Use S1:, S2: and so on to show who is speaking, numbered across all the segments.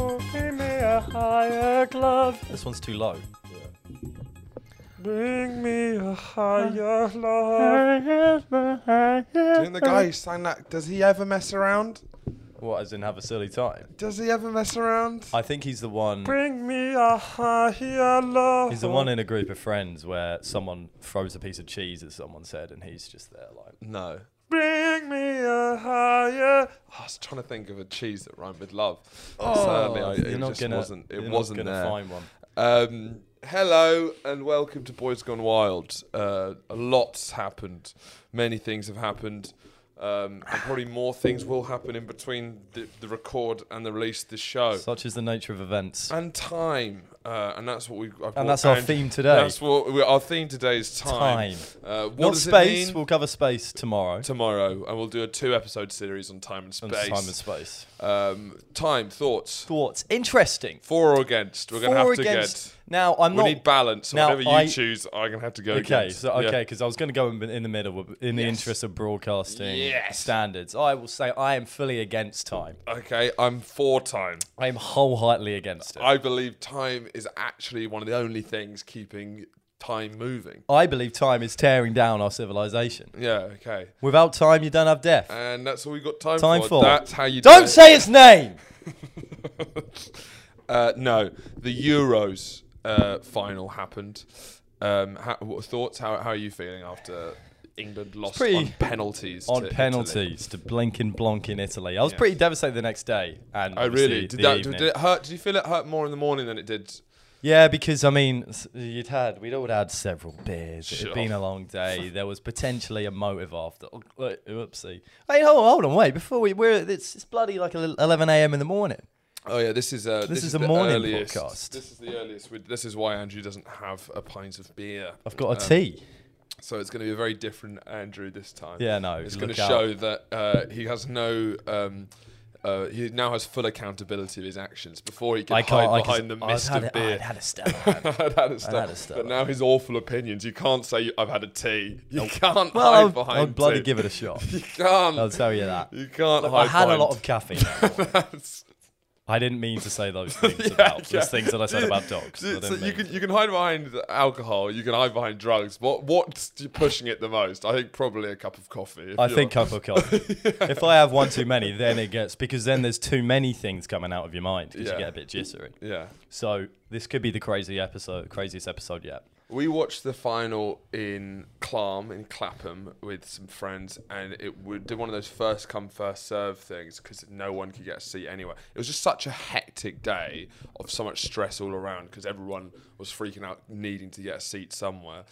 S1: Oh, give me a higher glove.
S2: This one's too low.
S1: Bring me a higher love.
S3: Doing the guy who sang that, does he ever mess around?
S2: What, as in have a silly time?
S3: Does he ever mess around?
S2: I think he's the one.
S1: Bring me a higher love.
S2: He's the one in a group of friends where someone throws a piece of cheese at someone said, and he's just there like.
S3: No.
S1: Bring me a higher.
S3: I was trying to think of a cheese that rhymed with love. Sadly, I, it just wasn't. It
S2: you're
S3: wasn't
S2: not gonna
S3: there.
S2: find one.
S3: Um, hello and welcome to Boys Gone Wild. Uh, a lot's happened. Many things have happened. Um, and probably more things will happen in between the, the record and the release of this show.
S2: Such is the nature of events.
S3: Oh. and time. Uh, and that's what we. I've brought
S2: And that's our
S3: Andrew-
S2: theme today.
S3: That's what we, our theme today is time.
S2: Time.
S3: Uh, what
S2: Not
S3: does it
S2: space.
S3: mean?
S2: We'll cover space tomorrow.
S3: Tomorrow, and we'll do a two-episode series on time and
S2: On
S3: space.
S2: Time and space.
S3: um, time, thoughts,
S2: Thoughts. Interesting.
S3: for or against. We're gonna
S2: For
S3: have to
S2: against.
S3: get.
S2: Now I'm
S3: We
S2: not.
S3: need balance. So
S2: Now,
S3: whatever you
S2: I-
S3: choose, I'm gonna have to go.
S2: Okay,
S3: against.
S2: so
S3: Yeah.
S2: okay, because I was going to go in, in the middle with- in the
S3: Yes.
S2: interest of broadcasting
S3: Yes.
S2: standards. I will say I am fully against time.
S3: Okay, I'm for time.
S2: I am wholeheartedly against it. I,
S3: I believe time is actually one of the only things keeping time moving.
S2: believe time is tearing down our civilization.
S3: Yeah. Okay.
S2: Without time, you don't have death.
S3: And that's all we got time,
S2: time
S3: for.
S2: for
S3: Uh, That's how you
S2: don't
S3: do it.
S2: say its name.
S3: Uh, no, the Euros uh, final happened. Um, ha- what thoughts? How, how are you feeling after England lost
S2: pretty-
S3: on penalties? to
S2: On
S3: Italy?
S2: penalties to blinking blonk in Italy. I was pretty devastated the next day. And
S3: Oh
S2: obviously
S3: really? Did
S2: the
S3: that?
S2: evening.
S3: Did it hurt? Did you feel it hurt more in the morning than it did?
S2: Yeah, because I mean, s- you'd had we'd all had several beers.
S3: Sure.
S2: It'd been a long day. There was potentially a motive after. Oh, look, oopsie. Hey, hold on, hold on, wait. Before we, we're it's, it's bloody like el- 11 a.m. in the morning.
S3: Oh yeah, this is uh, this,
S2: is
S3: is
S2: a
S3: the
S2: morning
S3: earliest-
S2: podcast.
S3: This is the earliest. We, this is why Andrew doesn't have a pint of beer.
S2: I've got a tea.
S3: So it's going to be a very different Andrew this time.
S2: Yeah, no,
S3: It's going to
S2: look out.
S3: show that uh, he has no. Um, uh, he now has full accountability of his actions. Before he could
S2: I can't. I
S3: hide
S2: can
S3: behind the
S2: I've
S3: mist
S2: had
S3: of
S2: it-
S3: beer.
S2: I'd had a Stella.
S3: I'd had a stab.
S2: had a stab.
S3: But now his awful opinions. You can't say I've had a tea. You
S2: well,
S3: can't hide
S2: I'll- I'll,
S3: behind.
S2: bloody
S3: tea.
S2: give it a shot.
S3: You can't.
S2: I'll tell you that.
S3: you can't
S2: Look,
S3: hide.
S2: I had a lot of
S3: behind-
S2: caffeine.
S3: That's-
S2: I didn't mean to say those things
S3: Yeah,
S2: about
S3: yeah.
S2: those things that I said
S3: Yeah.
S2: about dogs. I
S3: So, so
S2: didn't
S3: you
S2: mean
S3: can
S2: to.
S3: you can hide behind alcohol. You can hide behind drugs. What what's pushing it the most? I think probably a cup of coffee. if
S2: I
S3: you're-
S2: think cup of coffee. If I have one too many, then it gets because then there's too many things coming out of your mind because
S3: Yeah.
S2: you get a bit jittery.
S3: Yeah.
S2: So this could be the crazy episode, craziest episode yet.
S3: We watched the final in Clam in Clapham with some friends, and it would did one of those first come first serve things because no one could get a seat anywhere. It was just such a hectic day of so much stress all around because everyone was freaking out, needing to get a seat somewhere.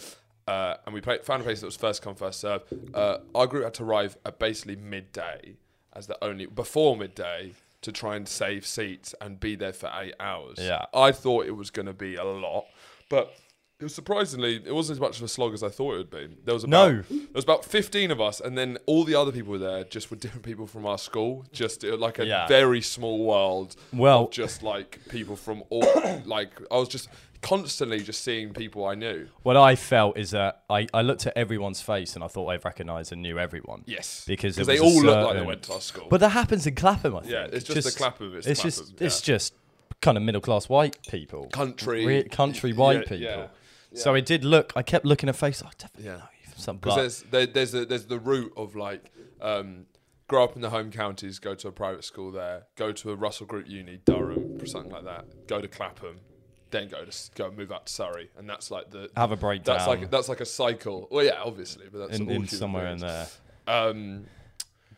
S3: Uh, and we played, found a place that was first come first serve. Uh, our group had to arrive at basically midday as the only before midday to try and save seats and be there for eight hours.
S2: Yeah.
S3: I thought it was going to be a lot, but it was surprisingly it wasn't as much of a slog as I thought it would be. There was about,
S2: No.
S3: there was about fifteen of us, and then all the other people were there just were different people from our school. Just uh, like a
S2: Yeah.
S3: very small world.
S2: Well-
S3: of just like people from all like I was just constantly just seeing people I knew.
S2: What I felt is that I, I looked at everyone's face and I thought I recognised and knew everyone.
S3: Yes,
S2: because
S3: because
S2: it
S3: they all
S2: was a
S3: looked like they
S2: certain-
S3: went to our school.
S2: But that happens in Clapham, I think.
S3: Yeah, it's just the Clapham, it's Clapham,
S2: just
S3: yeah.
S2: it's just kind of middle class white people,
S3: Country.
S2: Re- country white
S3: Yeah,
S2: people.
S3: yeah.
S2: So it did look. I kept looking at face. I definitely
S3: Yeah.
S2: know you from some.
S3: Because
S2: bloke.
S3: there's there, there's a, there's the route of like um, grow up in the home counties, go to a private school there, go to a Russell Group uni, Durham, or something like that. Go to Clapham, then go to s- go move out to Surrey, and that's like the
S2: Have a breakdown.
S3: That's like that's like a cycle. Well, yeah, obviously, but that's
S2: in,
S3: all
S2: in
S3: human
S2: somewhere in
S3: beings.
S2: there.
S3: Um,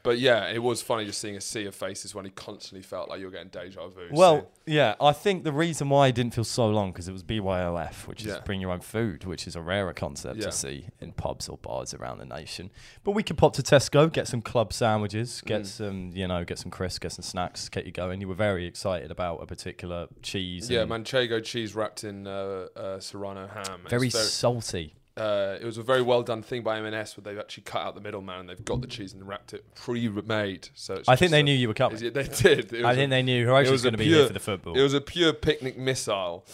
S3: but yeah, it was funny just seeing a sea of faces when he constantly felt like you're getting deja vu.
S2: Well,
S3: so-
S2: yeah, I think the reason why I didn't feel so long because it was BYOF, which is
S3: Yeah.
S2: bring your own food, which is a rarer concept
S3: Yeah.
S2: to see in pubs or bars around the nation. But we could pop to Tesco, get some club sandwiches,
S3: Mm.
S2: get some, you know, get some crisps, get some snacks, get you going. You were very excited about a particular cheese.
S3: yeah,
S2: and
S3: manchego cheese wrapped in uh, uh, serrano ham. It's
S2: Very salty.
S3: uh, it was a very well done thing by M&S where they've actually cut out the middleman and they've got the cheese and wrapped it pre-made. So it's
S2: I think
S3: just
S2: they
S3: a-
S2: knew you were coming.
S3: Is it- They did. It
S2: I
S3: was
S2: think
S3: a-
S2: they knew
S3: it
S2: Horatio's
S3: was a
S2: going to be
S3: pure-
S2: here for the football.
S3: It was a pure picnic missile.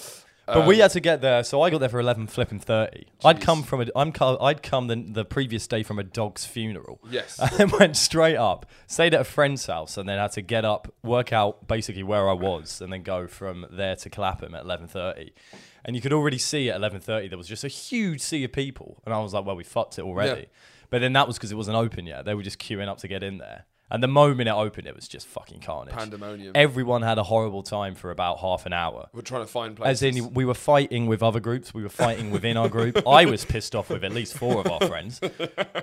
S2: But
S3: Um,
S2: we had to get there, so I got there for eleven flipping thirty. I'd
S3: Jeez.
S2: come from a, I'm, co- I'd come the, the previous day from a dog's funeral.
S3: Yes.
S2: and then went straight up, stayed at a friend's house, and then had to get up, work out basically where I was, and then go from there to Clapham at eleven thirty. And you could already see at eleven thirty there was just a huge sea of people, and I was like, "Well, we fucked it already."
S3: Yeah.
S2: But then that was because it wasn't open yet; they were just queuing up to get in there. And the moment it opened, it was just fucking carnage.
S3: Pandemonium.
S2: Everyone had a horrible time for about half an hour.
S3: We're trying to find places.
S2: As in, we were fighting with other groups. We were fighting within our group. I was pissed off with at least four of our friends.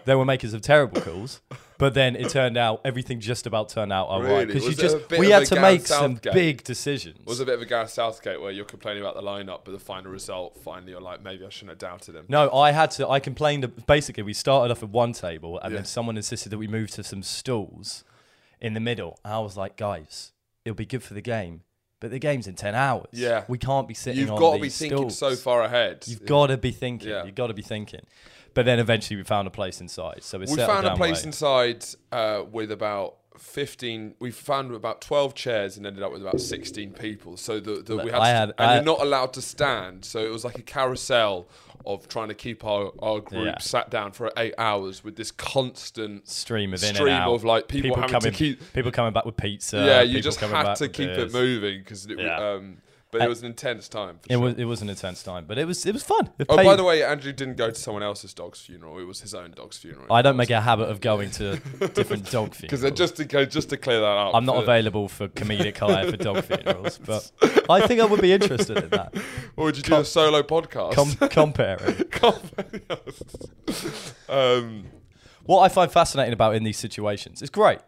S2: They were makers of terrible calls. But then it turned out everything just about turned out all right
S3: Really?
S2: because you
S3: Was it a
S2: just
S3: bit
S2: we
S3: of
S2: had
S3: a
S2: to
S3: Gareth
S2: make some
S3: Southgate?
S2: big decisions.
S3: It was a bit of a Gareth Southgate where you're complaining about the lineup, but the final result, finally, you're like, maybe I shouldn't have doubted him.
S2: No, I had to. I complained. Basically, we started off at one table, and then
S3: Yeah.
S2: someone insisted that we move to some stools in the middle. And I was like, guys, it'll be good for the game, but the game's in ten hours.
S3: Yeah.
S2: we can't be sitting.
S3: You've
S2: on
S3: got to be
S2: these
S3: thinking so
S2: stools.
S3: far ahead.
S2: You've got to be thinking.
S3: Yeah.
S2: You've got to be thinking. But then eventually we found a place inside. So we,
S3: we
S2: settled
S3: found a
S2: down
S3: place
S2: way.
S3: inside uh, with about 15 we found about 12 chairs and ended up with about 16 people so the, the, we had,
S2: I
S3: to,
S2: had-
S3: and
S2: I-
S3: you're not allowed to stand so it was like a carousel of trying to keep our, our group
S2: Yeah.
S3: sat down for eight hours with this constant
S2: stream of in
S3: stream
S2: and out
S3: of, like, people having to
S2: coming,
S3: keep-
S2: people coming back with pizza.
S3: yeah you
S2: Uh, people
S3: just
S2: coming
S3: had
S2: back
S3: to
S2: with
S3: keep it
S2: beers.
S3: moving because it,
S2: Yeah.
S3: um, but it was an intense time for
S2: It
S3: sure.
S2: was it was an intense time, but it was it was fun. It
S3: oh by
S2: paid-
S3: the way andrew didn't go to someone else's dog's funeral it was his own dog's funeral
S2: I don't make a habit of going to different dog
S3: because
S2: funerals.
S3: just to go just to clear that up
S2: I'm not
S3: for-
S2: available for comedic hire for dog funerals, but I think I would be interested in that.
S3: or would you do
S2: Com-
S3: a solo podcast
S2: Com- comparing.
S3: um,
S2: What I find fascinating about in these situations, it's great.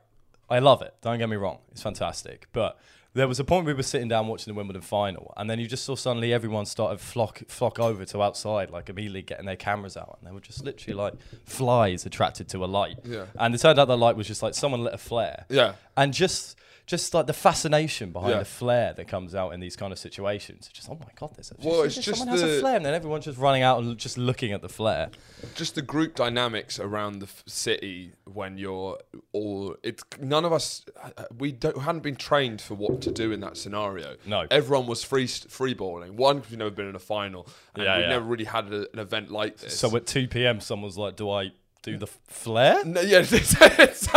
S2: I love it. Don't get me wrong. It's fantastic. But there was a point we were sitting down watching the Wimbledon final, and then you just saw suddenly everyone started flock flock over to outside, like immediately getting their cameras out, and they were just literally like flies attracted to a light.
S3: Yeah.
S2: And it turned out the light was just like someone lit a flare.
S3: Yeah.
S2: And just just like the fascination behind
S3: Yeah.
S2: the flare that comes out in these kind of situations, just oh my god, there's a,
S3: Well, it's just
S2: someone has a
S3: the-
S2: flare, and then everyone's just running out and l- just looking at the flare.
S3: just the group dynamics around the f- city when you're all it's none of us uh, we don't hadn't been trained for what to do in that scenario
S2: No.
S3: everyone was free free balling one because we've never been in a final and
S2: Yeah,
S3: we
S2: yeah.
S3: never really had a, an event like this
S2: So at 2 p.m., someone's like, "Do I do the f- flare?"
S3: no, yeah it's- it's-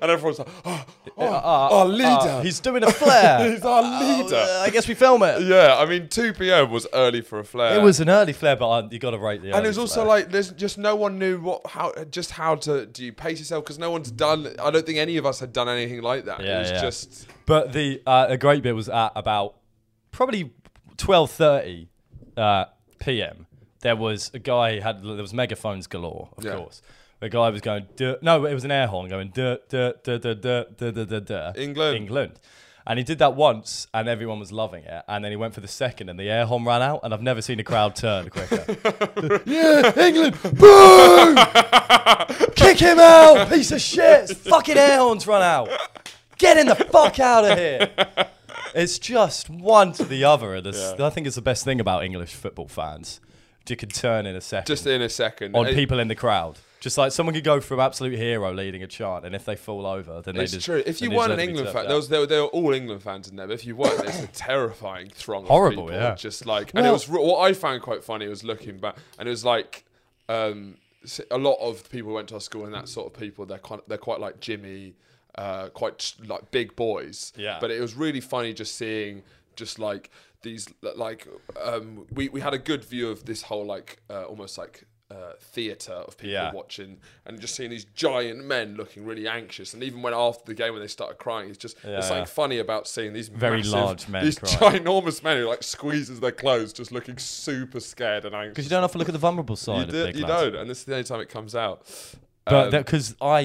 S3: and everyone's like oh, oh, our leader
S2: Uh, he's doing a flare.
S3: He's our leader.
S2: uh, I guess we film it.
S3: yeah i mean 2 p.m was early for a flare
S2: It was an early flare, but uh, you got to rate the.
S3: and
S2: early
S3: it was also
S2: flare.
S3: like there's just no one knew what how just how to do you pace yourself because no one's done I don't think any of us had done anything like that
S2: Yeah,
S3: it was
S2: yeah.
S3: just
S2: But the uh, a great bit was at about probably 12:30 uh, p.m. There was a guy had there was megaphones galore, of
S3: Yeah.
S2: course. The guy was going duh, no, it was an air horn going duh, duh, duh, duh, duh, duh, duh, duh, duh.
S3: England.
S2: England. And he did that once, and everyone was loving it. And then he went for the second, and the air horn ran out. And I've never seen a crowd turn quicker. yeah, England! Boo! Kick him out, piece of shit! His fucking air horns run out. Get in the fuck out of here. It's just one to the other. and it's- I think it's the best thing about English football fans. You can turn in a second
S3: just in a second
S2: on
S3: It-
S2: people in the crowd. Just like someone could go from absolute hero leading a chant, and if they fall over, then
S3: it's
S2: they just.
S3: true if
S2: then
S3: you
S2: they
S3: weren't an
S2: deserve to be
S3: England
S2: turned
S3: fan
S2: down.
S3: there was, they, were, they were all England fans in there but if you weren't it's a terrifying throng of
S2: Horrible,
S3: people
S2: yeah.
S3: just like and it
S2: Well-
S3: was re- what I found quite funny was looking back and it was like um s- a lot of people went to our school and that sort of people they're quite they're quite like Jimmy uh quite like big boys
S2: Yeah.
S3: but it was really funny just seeing just like these like um we, we had a good view of this whole like uh, almost like uh, theater of people
S2: Yeah.
S3: watching and just seeing these giant men looking really anxious and even when after the game when they started crying it's just
S2: Yeah,
S3: there's something
S2: yeah.
S3: funny about seeing these
S2: Very
S3: massive-
S2: large men
S3: these
S2: crying.
S3: ginormous men who like squeezes their clothes just looking super scared and anxious
S2: Because you don't have to look at the vulnerable side
S3: you,
S2: of
S3: do-
S2: big
S3: you
S2: lads.
S3: don't and this is the only time it comes out
S2: But
S3: Um,
S2: because I,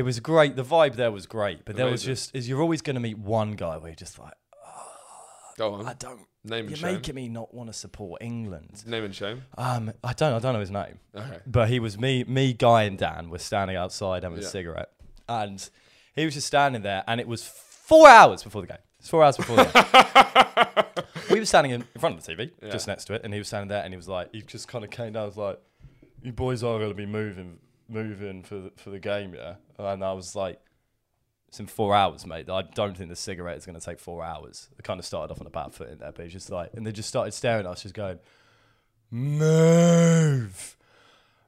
S2: it was great. The vibe there was great, but there was
S3: Amazing.
S2: just is you're always going to meet one guy where you're just like,
S3: go
S2: I
S3: on
S2: don't.
S3: name and
S2: You're
S3: shame
S2: making me not want to support England.
S3: name and shame
S2: Um, I don't. I don't know his name.
S3: okay
S2: But he was me, me, Guy, and Dan were standing outside having
S3: Yeah.
S2: a cigarette, and he was just standing there, and it was four hours before the game. It's four hours before the game. we were standing in front of the TV, just next to it, and he was standing there, and he was like, he just kind of came down, and was like, "You boys are going to be moving, moving for the, for the game, yeah." And I was like, It's in four hours, mate. I don't think the cigarette is going to take four hours. I kind of started off on a bad foot in there, but it's just like, and they just started staring at us, just going, move.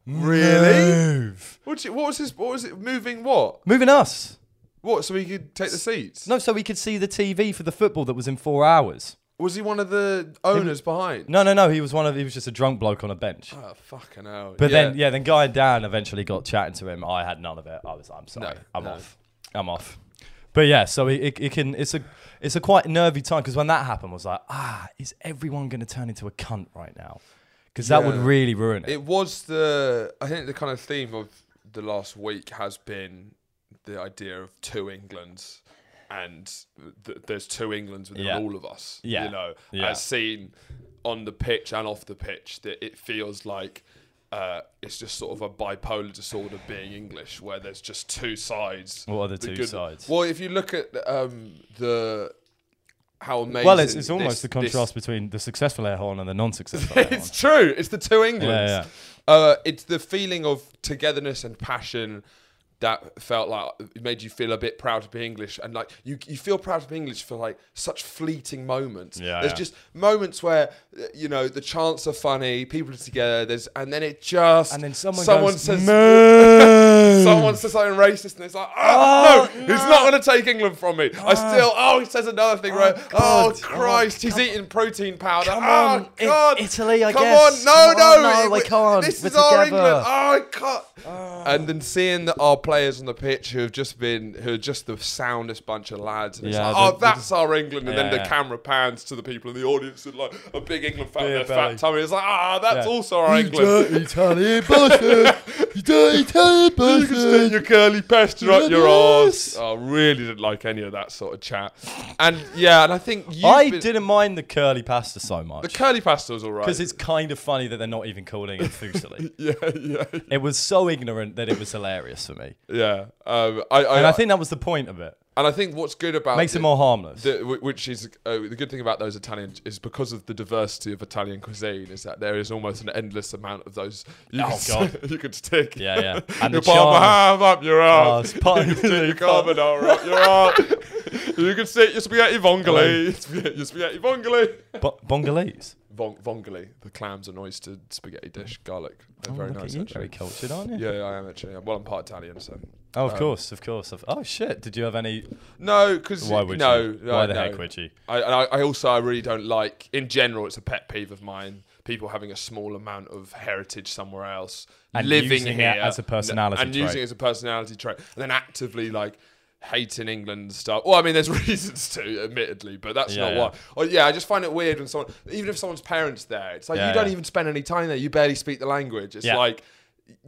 S3: Really?
S2: Move.
S3: What, do you- what was this? What was it? Moving what?
S2: Moving us.
S3: What? So he could take the seats?
S2: No, so we could see the TV for the football that was in four hours.
S3: Was he one of the owners behind?
S2: No, no, no. He was one of, he was just a drunk bloke on a bench.
S3: Oh, fucking hell.
S2: But then, yeah, then Guy and Dan eventually got chatting to him. I had none of it. I was, I'm sorry,
S3: No,
S2: I'm
S3: no.
S2: off, I'm off. But yeah, so it, it, it can, it's a, it's a quite nervy time because when that happened, I was like, ah, is everyone going to turn into a cunt right now? Because that would
S3: Yeah.
S2: really ruin it.
S3: It was the. I think the kind of theme of the last week has been the idea of two Englands, and th- there's two Englands within
S2: Yeah.
S3: all of us.
S2: Yeah.
S3: You know,
S2: Yeah.
S3: as seen on the pitch and off the pitch, that it feels like. Uh, it's just sort of a bipolar disorder being English, where there's just two sides.
S2: What are the two
S3: good-
S2: sides?
S3: Well, if you look at um, the how amazing.
S2: well, it's, it's almost
S3: this-
S2: the
S3: this-
S2: contrast between the successful air horn and the non-successful air horn.
S3: it's true. It's the two Englands.
S2: Yeah,
S3: Uh, it's the feeling of togetherness and passion that felt like it made you feel a bit proud to be English, and like you, you feel proud to be English for like such fleeting moments.
S2: Yeah,
S3: there's
S2: yeah.
S3: just moments where uh, you know the chants are funny, people are together. There's and then it just
S2: And then someone goes,
S3: says.
S2: Move!
S3: Someone says something racist, and it's like, oh,
S2: Oh, Ah.
S3: no, he's not going to take England from me. I still, oh, he says another thing, right? Oh,
S2: God.
S3: Christ, he's eating protein powder.
S2: Come
S3: oh,
S2: on, I-
S3: God.
S2: Italy, I
S3: come
S2: guess.
S3: on, no,
S2: Come on,
S3: no,
S2: no,
S3: it-
S2: we
S3: we-
S2: can't.
S3: This
S2: We're
S3: is our
S2: together. Ah.
S3: England. Oh, I can't. And then seeing that our players on the pitch who have just been, who are just the soundest bunch of lads, and it's
S2: Yeah,
S3: like,
S2: they're-
S3: oh, that's our England. And
S2: Yeah,
S3: then the
S2: yeah.
S3: camera pans to the people in the audience, and like a big England fan,
S2: Beer
S3: with their
S2: belly.
S3: fat tummy. It's like, ah, that's
S2: Yeah.
S3: also our England.
S2: Italian bastard! You dirty Italian
S3: You can stick your curly pester up your
S2: Yes.
S3: arse. Oh, I really didn't like any of that sort of chat. And yeah, and I think you.
S2: I didn't mind the curly pasta so
S3: The
S2: much
S3: curly pasta was alright.
S2: because it's kind of funny that they're not even calling it fusilli.
S3: yeah, yeah,
S2: it was so ignorant that it was hilarious for me,
S3: yeah. Um, I, I,
S2: and I think that was the point of it.
S3: and I think what's good about
S2: Makes it
S3: Uh, the-
S2: more harmless.
S3: the, wh- which is uh, the good thing about those Italian is because of the diversity of Italian cuisine is that there is almost an endless amount of those. You
S2: Oh,
S3: could,
S2: God.
S3: you could stick.
S2: Yeah, yeah. And
S3: your
S2: the
S3: parma
S2: charm.
S3: ham up your
S2: Oh,
S3: arse.
S2: it's part of
S3: Stick your
S2: the
S3: carbonara up your arse. You can stick your spaghetti
S2: Oh.
S3: vongole. Your spaghetti vongole.
S2: Bo- Bongolese.
S3: Vong- vongole, the clams and oyster spaghetti dish, garlic. They're
S2: Oh,
S3: very
S2: look at
S3: nice,
S2: you,
S3: actually.
S2: very cultured, aren't you?
S3: Yeah, yeah, I am actually. Well, I'm part Italian, so.
S2: Oh, of
S3: Um,
S2: course, of course. Of, oh shit! Did you have any?
S3: No, because
S2: Why would
S3: no,
S2: you?
S3: no,
S2: Why the
S3: no.
S2: heck would you?
S3: I, and I, I also I really don't like in general it's a pet peeve of mine people having a small amount of heritage somewhere else
S2: And
S3: living
S2: using it
S3: here
S2: as a personality
S3: and using
S2: trait.
S3: it as a personality trait and then actively like hating England and stuff well I mean there's reasons to admittedly but that's
S2: Yeah,
S3: not
S2: yeah.
S3: why or, yeah I just find it weird when someone even if someone's parents there it's like
S2: Yeah,
S3: you don't
S2: yeah.
S3: even spend any time there you barely speak the language it's
S2: Yeah.
S3: like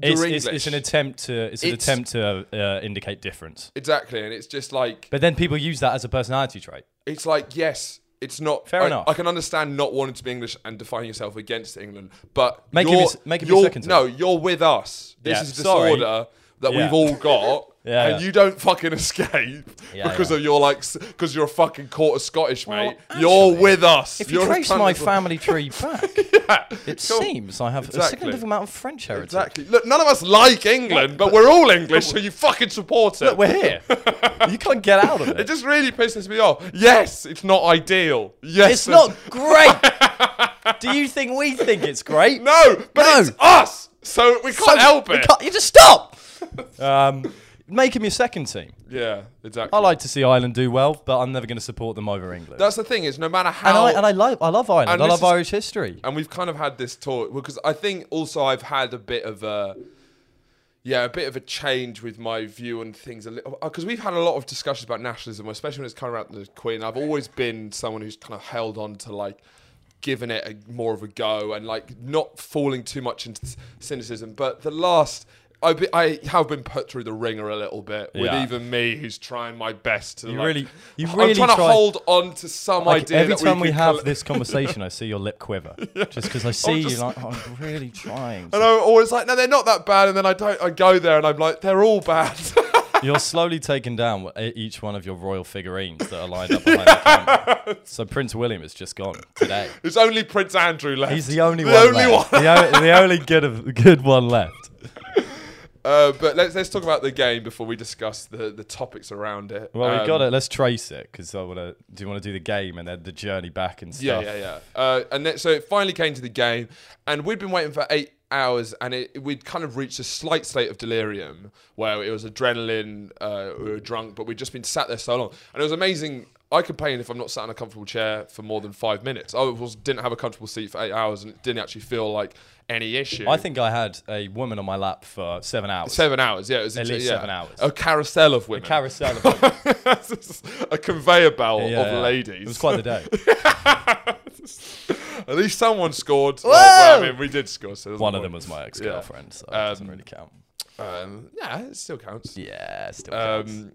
S3: you're
S2: It's,
S3: English
S2: it's, it's an attempt to. It's, an
S3: It's-
S2: attempt to uh, indicate difference.
S3: exactly and it's just like
S2: But then people use that as a personality trait.
S3: it's like yes it's not
S2: Fair
S3: I,
S2: enough.
S3: I can understand not wanting to be English and defining yourself against England, but
S2: Make him
S3: you're,
S2: his- make him his
S3: you're-
S2: second
S3: No, you're with us. This
S2: Yeah,
S3: is a
S2: sorry.
S3: disorder that
S2: Yeah.
S3: we've all got,
S2: Yeah,
S3: and
S2: yeah.
S3: you don't fucking escape
S2: Yeah,
S3: because
S2: yeah.
S3: of your like because you're a fucking quarter Scottish,
S2: Well,
S3: mate. you're
S2: actually,
S3: with us.
S2: If you
S3: You're a
S2: trace my
S3: cunt.
S2: family tree back,
S3: Yeah,
S2: it
S3: cool.
S2: seems I have a
S3: Exactly.
S2: significant amount of French heritage.
S3: Exactly. Look, none of us like England, but, we're all English, so you fucking support it.
S2: But we're here. you can't get out of
S3: it
S2: it.
S3: just really pisses me off. Yes, it's not ideal. Yes,
S2: It's not great. Do you think we think it's great?
S3: No, but
S2: No.
S3: it's us, so we can't
S2: So-
S3: help
S2: we
S3: it.
S2: can't- you just stop. Um, make him your second team.
S3: Yeah, exactly.
S2: I like to see Ireland do well, but I'm never going to support them over England.
S3: That's the thing is, no matter
S2: and
S3: how,
S2: I,
S3: and,
S2: and I love I love Ireland.
S3: And
S2: I
S3: this
S2: love
S3: is-
S2: Irish history.
S3: we've kind of had this talk because I think also I've had a bit of a, yeah, a bit of a change with my view on things a little because we've had a lot of discussions about nationalism, especially when it's kind of around the Queen. I've always been someone who's kind of held on to like giving it a, more of a go and like not falling too much into s- cynicism. But the last. I, be, I have been put through the ringer a little bit with
S2: Yeah.
S3: even me, who's trying my best to
S2: You
S3: like-
S2: really- you
S3: I'm
S2: really
S3: trying to
S2: try-
S3: hold on to some
S2: Like,
S3: idea.
S2: every
S3: that
S2: time we,
S3: can
S2: have
S3: coll-
S2: this conversation, I see your lip quiver, just because I see you.
S3: just-
S2: Like "Oh, I'm really trying.
S3: And
S2: To.
S3: I'm always like, no, they're not that bad. And then I don't. I go there and I'm like, they're all bad.
S2: You're slowly taking down wh- e- each one of your royal figurines that are lined up behind the camera. So Prince William is just gone today.
S3: it's only Prince Andrew left.
S2: He's the only
S3: The
S2: one.
S3: only
S2: left. The, o- the only good of good one left.
S3: Uh, but let's let's talk about the game before we discuss the, the topics around it.
S2: Well, we
S3: Um,
S2: got it. Let's trace it because I want to. Do you want to do the game and then the journey back and
S3: Yeah,
S2: stuff?
S3: yeah, yeah. Uh, and then, so it finally came to the game, and we'd been waiting for eight hours, and it, we'd kind of reached a slight state of delirium where it was adrenaline, uh, we were drunk, but we'd just been sat there so long, and it was amazing. I complain if I'm not sat in a comfortable chair for more than five minutes. I was, didn't have a comfortable seat for eight hours, and it didn't actually feel like any issue.
S2: I think I had a woman on my lap for seven hours.
S3: seven hours. Yeah, it was
S2: At
S3: a-
S2: least
S3: yeah.
S2: seven hours.
S3: A carousel of women.
S2: Carousel. Of yeah,
S3: a conveyor belt of
S2: yeah.
S3: ladies.
S2: It was quite the day.
S3: At least someone scored. Like, well, I mean, we did score. So it doesn't
S2: One of
S3: work.
S2: them was my ex-girlfriend, so it doesn't
S3: Um,
S2: really count. Uh,
S3: Um, yeah, it still counts.
S2: Yeah, still counts.
S3: Um,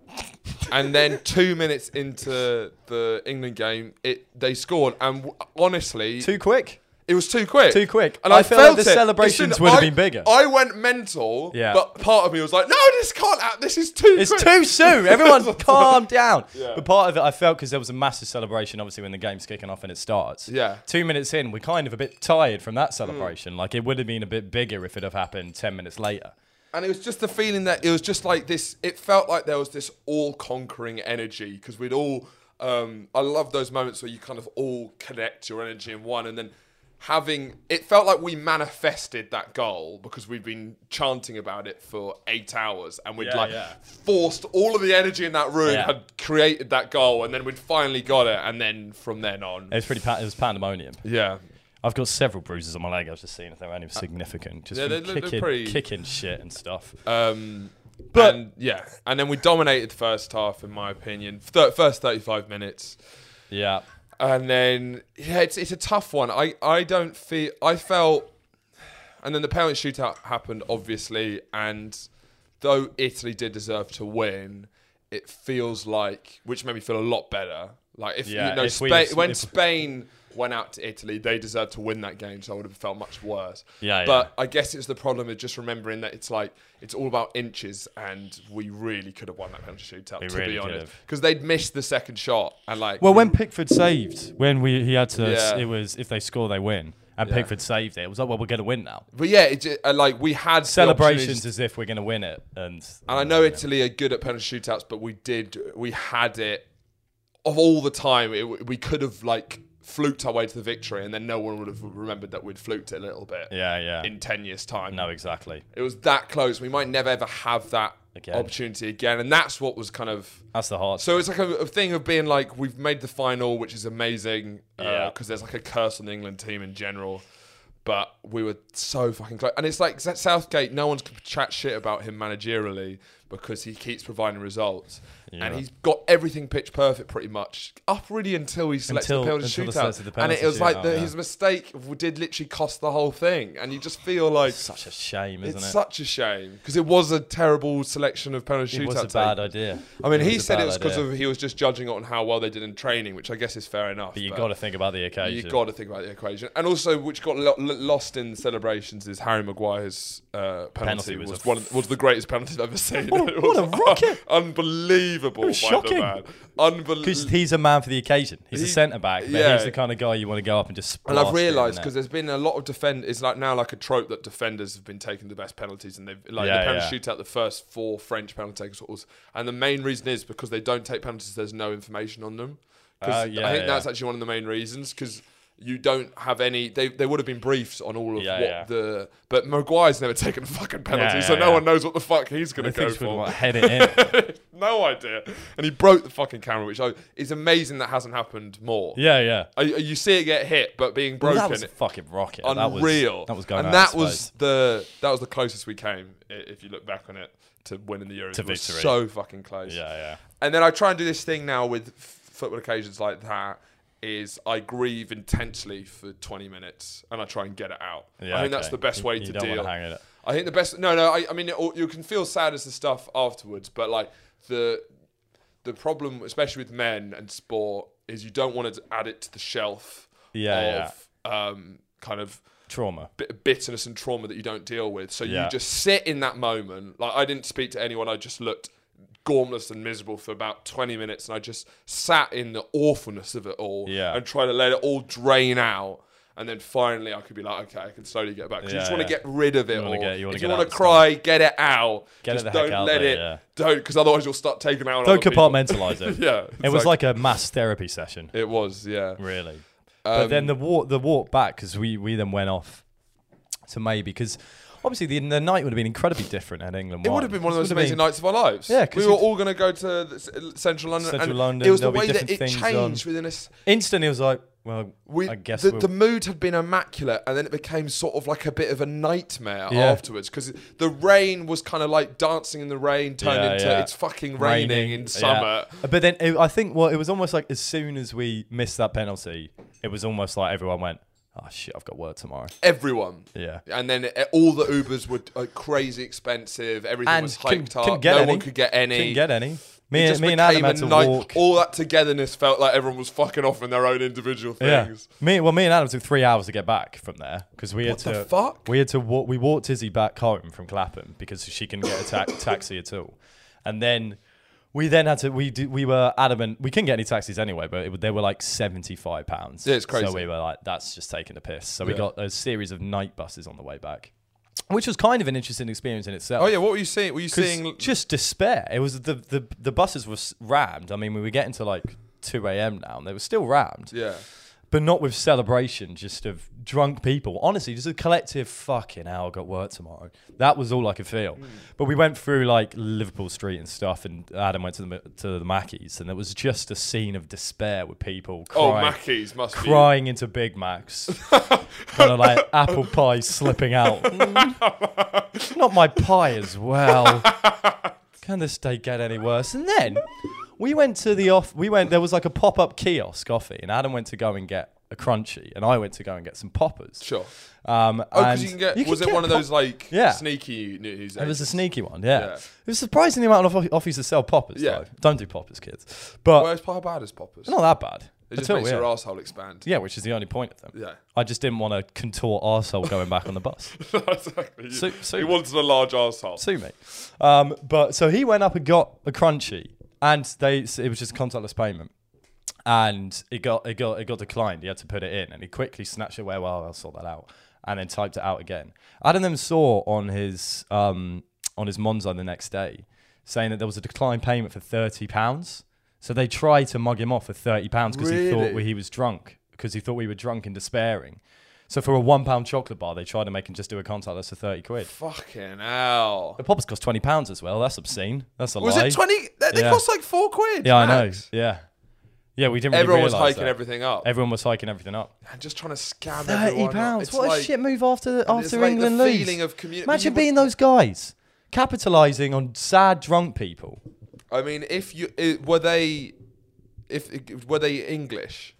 S3: and then two minutes into the England game, it they scored, and w- honestly,
S2: Too quick.
S3: it was too quick.
S2: Too quick.
S3: And
S2: I
S3: I,
S2: feel like
S3: felt
S2: the
S3: it. As soon
S2: celebrations
S3: as
S2: would have
S3: I-
S2: been bigger.
S3: I went mental,
S2: Yeah.
S3: but part of me was like, "No, this can't happen. This is too.
S2: It's
S3: quick.
S2: too soon. Everyone, calm down.
S3: Yeah.
S2: But part of it, I felt because there was a massive celebration, obviously, when the game's kicking off and it starts.
S3: Yeah. Mm.
S2: Two minutes in, we're kind of a bit tired from that celebration. Like it would have been a bit bigger if it had happened ten minutes later.
S3: And it was just the feeling that it was just like this. It felt like there was this all-conquering energy because we'd all. Um, I love those moments where you kind of all connect your energy in one, and then having it felt like we manifested that goal because we'd been chanting about it for eight hours, and we'd
S2: Yeah,
S3: like
S2: yeah.
S3: forced all of the energy in that room
S2: Yeah.
S3: had created that goal, and then we'd finally got it, and then from then on,
S2: It was pretty. Pa- it was pandemonium.
S3: yeah,
S2: I've got several bruises on my leg. I was just seeing if they were any significant. Just
S3: Yeah,
S2: from
S3: they look- they're
S2: kicking,
S3: pretty-
S2: kicking shit and stuff.
S3: Um,
S2: But-
S3: but and, yeah, and then we dominated the first half, in my opinion. Th- first thirty-five minutes,
S2: yeah.
S3: and then yeah, it's it's a tough one. I I don't feel I felt, and then the penalty shootout happened, obviously, and though Italy did deserve to win, it feels like which made me feel a lot better. Like if
S2: Yeah,
S3: you know,
S2: if we-
S3: Spa- when
S2: if-
S3: Spain went out to Italy, they deserved to win that game, so I would have felt much worse.
S2: Yeah,
S3: but
S2: yeah.
S3: I guess it's the problem of just remembering that it's like it's all about inches, and we really could have won that penalty shootout.
S2: We
S3: to
S2: really
S3: be
S2: could
S3: honest,
S2: have.
S3: because they'd missed the second shot, and like
S2: Well,
S3: we-
S2: when Pickford saved, when we he had to,
S3: Yeah.
S2: it was if they score they win, and
S3: Yeah.
S2: Pickford saved it. It was like, well, we're going to win now.
S3: but yeah, it, ju- uh, like we had the
S2: Celebrations
S3: opportunities-
S2: as if we're going to win it, and
S3: and I know Italy are good at penalty shootouts, but we did we had it of all the time. It, we could have like fluked our way to the victory, and then no one would have remembered that we'd fluked it a little bit.
S2: yeah, yeah.
S3: In ten years' time,
S2: no, exactly.
S3: it was that close. We might never ever have that
S2: Again.
S3: opportunity again, and that's what was kind of
S2: That's the hard.
S3: So it's like a, a thing of being like, we've made the final, which is amazing because
S2: Yeah.
S3: there's like a curse on the England team in general. But we were so fucking close. And it's like S- Southgate, no one's could chat shit about him managerially because he keeps providing results.
S2: Yeah.
S3: And he's got everything pitch perfect pretty much up really until he selects
S2: Until-
S3: the penalty
S2: until the
S3: shootout.
S2: selected the
S3: and it
S2: penalty
S3: was like
S2: shootout,
S3: the,
S2: yeah.
S3: his mistake w- did literally cost the whole thing. And you just feel like
S2: such a shame, isn't
S3: it's
S2: it?
S3: such a shame because it was a terrible selection of penalty
S2: it
S3: shootout.
S2: was a
S3: taken.
S2: bad idea.
S3: I mean, he
S2: was a
S3: said
S2: bad
S3: it was because
S2: idea.
S3: of he was just judging it on how well they did in training, which I guess is fair enough.
S2: But you got to think about the occasion.
S3: you got to think about the equation, and also which got lo- lo- lost in celebrations is Harry Maguire's uh, penalty,
S2: Penalty was
S3: was,
S2: a
S3: one of, was the greatest penalty I've ever seen. What
S2: what a rocket.
S3: unbelievable! by
S2: shocking.
S3: the man.
S2: because
S3: unbelievable.
S2: he's a man for the occasion. He's a
S3: He-
S2: centre back, but
S3: yeah.
S2: he's the kind of guy you want to go up and just.
S3: And I've
S2: blast it in the
S3: realised
S2: net.
S3: because there's been a lot of defend. It's like now like a trope that defenders have been taking the best penalties, and they've like
S2: Yeah,
S3: the penalty
S2: yeah.
S3: shootout, the first four French penalty takers, was- and the main reason is because they don't take penalties. There's no information on them. 'Cause
S2: Uh, yeah,
S3: I think
S2: yeah.
S3: that's actually one of the main reasons because you don't have any. They they would have been briefs on all of
S2: Yeah,
S3: what
S2: yeah.
S3: the. But Maguire's never taken a fucking penalty,
S2: yeah,
S3: so no
S2: yeah.
S3: one knows what the fuck he's gonna
S2: I
S3: go
S2: think he would
S3: for.
S2: want to head it in.
S3: no idea. And he broke the fucking camera, which I, is amazing that hasn't happened more.
S2: yeah, yeah.
S3: Uh, You see it get hit, but being
S2: Well,
S3: broken,
S2: that was a fucking rocket. That was-
S3: unreal.
S2: That was, going.
S3: and
S2: out
S3: that
S2: of
S3: was
S2: space.
S3: the that was the closest we came. i- If you look back on it, to winning the Euros,
S2: To
S3: It was
S2: victory.
S3: so fucking close.
S2: Yeah, yeah.
S3: And then I try and do this thing now with f- football occasions like that. Is I grieve intensely for 20 minutes and I try and get it out.
S2: Yeah,
S3: I think that's
S2: okay.
S3: the best
S2: You-
S3: way
S2: you
S3: to
S2: don't wanna
S3: deal.
S2: hang it up.
S3: I think the best. No, no. I, I mean, it, all- you can feel sad as the stuff afterwards, but like the the problem, especially with men and sport, is you don't want to add it to the shelf
S2: Yeah,
S3: of Um, kind of
S2: Trauma.
S3: bit bitterness and trauma that you don't deal with. So
S2: Yeah.
S3: you just sit in that moment. Like I didn't speak to anyone. I just looked gormless and miserable for about 20 minutes and I just sat in the awfulness of it all
S2: Yeah.
S3: and tried to let it all drain out. And then finally, I could be like, okay, I can slowly get back. 'Cause you
S2: Yeah,
S3: just want to
S2: yeah.
S3: get rid of it.
S2: You wanna
S3: or
S2: get- you wanna
S3: if
S2: get
S3: you want
S2: out
S3: to
S2: the
S3: cry, get it out.
S2: Get it
S3: just
S2: the heck
S3: don't
S2: out
S3: let
S2: there,
S3: it.
S2: yeah.
S3: Don't, because otherwise you'll start taking out. on
S2: Don't
S3: other people.
S2: compartmentalize it.
S3: yeah,
S2: It was
S3: exactly.
S2: like a mass therapy session,
S3: It was, yeah. Um,
S2: really. but then the walk, the walk back, because we, we then went off to May because obviously the, the night would have been incredibly different had England
S3: It
S2: won.
S3: would have been one of
S2: This
S3: those
S2: would have
S3: amazing
S2: been-
S3: nights of our lives.
S2: Yeah, 'cause
S3: we were
S2: you'd-
S3: all going to go to the, s- central London.
S2: Central
S3: and
S2: London,
S3: It was
S2: there'll
S3: the
S2: be
S3: way that
S2: different
S3: it
S2: things
S3: changed
S2: on.
S3: within us.
S2: Instantly, it was like, well,
S3: We,
S2: I guess
S3: the,
S2: we'll-
S3: the mood had been immaculate, and then it became sort of like a bit of a nightmare
S2: Yeah.
S3: afterwards because the rain was kind of like dancing in the rain, turned
S2: Yeah,
S3: into
S2: yeah.
S3: it's fucking raining, in summer.
S2: yeah. But then it, I think well, it was almost like as soon as we missed that penalty, it was almost like everyone went, "Oh shit, I've got work tomorrow."
S3: Everyone,
S2: Yeah.
S3: and then it, all the Ubers were uh, crazy expensive. Everything
S2: And
S3: was
S2: couldn't-
S3: hiked
S2: couldn't
S3: up.
S2: get
S3: no
S2: any.
S3: one could get any.
S2: Didn't get any.
S3: It
S2: Me, and
S3: just
S2: me and Adam
S3: became
S2: had
S3: a
S2: to
S3: night-
S2: walk.
S3: All that togetherness felt like everyone was fucking off in their own individual
S2: Yeah.
S3: things.
S2: Me, well, me and Adam took three hours to get back from there because we had
S3: What
S2: to.
S3: the fuck?
S2: We had to walk. We walked Izzy back home from Clapham because she couldn't get a ta- taxi at all, and then. We then had to. We did, we were adamant. We couldn't get any taxis anyway, but it, they were like seventy five pounds.
S3: Yeah, it's crazy.
S2: So we were like, that's just taking the piss. So we
S3: Yeah.
S2: got a series of night buses on the way back, which was kind of an interesting experience in itself.
S3: Oh yeah, what were you seeing? Were you
S2: 'Cause
S3: seeing?
S2: just despair. It was the the the buses were s- rammed. I mean, we were getting to like two a.m. now, and they were still rammed
S3: Yeah,
S2: but not with celebration, just of drunk people. Honestly, just a collective fucking hell, I've got work tomorrow. That was all I could feel. But we went through like Liverpool Street and stuff, and Adam went to the Ma- to the Mackies, and there was just a scene of despair with people
S3: Oh,
S2: crying,
S3: Mackey's must be.
S2: crying into Big Macs, kind of like apple pie slipping out. Mm, not my pie as well. Can this day get any worse? And then we went to the off. We went. There was like a pop up kiosk coffee, and Adam went to go and get a crunchy, and I went to go and get some poppers.
S3: Sure.
S2: Um,
S3: Oh,
S2: and
S3: because you can get.
S2: you
S3: was
S2: can
S3: it
S2: get
S3: one of
S2: pop-
S3: those like
S2: Yeah.
S3: sneaky news?
S2: it was a sneaky one, yeah.
S3: Yeah.
S2: It was surprising the amount of off- offies that sell poppers.
S3: Yeah.
S2: though. don't do poppers, kids. But
S3: Where's how bad as poppers?
S2: not that bad.
S3: it
S2: at
S3: just
S2: all,
S3: makes
S2: yeah.
S3: your asshole expand.
S2: Yeah, which is the only point of them.
S3: Yeah.
S2: I just didn't want to contort arsehole going back on the bus.
S3: exactly. You-
S2: So- so-
S3: he wanted a large asshole.
S2: Sue me. Um, but so he went up and got a crunchy, and they so it was just contactless payment, and it got it got it got declined. He had to put it in, and he quickly snatched it away. Well, I'll sort that out, and then typed it out again. Adam then saw on his um, on his Monzo the next day, saying that there was a declined payment for thirty pounds. So they tried to mug him off for thirty pounds because he thought
S3: Really?
S2: we, he was drunk because he thought we were drunk and despairing. So for a one pound chocolate bar, they tried to make him just do a contactless for thirty quid.
S3: Fucking hell.
S2: The poppers cost twenty pounds as well. That's obscene. That's a
S3: Was
S2: lie.
S3: it twenty? They, they
S2: Yeah.
S3: cost like four quid.
S2: Yeah, I know.
S3: max.
S2: Yeah, yeah. We didn't.
S3: Everyone
S2: really
S3: was
S2: realise
S3: hiking
S2: that.
S3: everything up
S2: Everyone was hiking everything up.
S3: and just trying to scam
S2: Thirty
S3: everyone. up.
S2: pounds.
S3: It's
S2: What a
S3: like-
S2: shit move after
S3: and it's
S2: after
S3: like the
S2: England lose.
S3: feeling of community.
S2: Imagine being those guys, capitalising on sad drunk people.
S3: I mean, if you i were they, if were they English?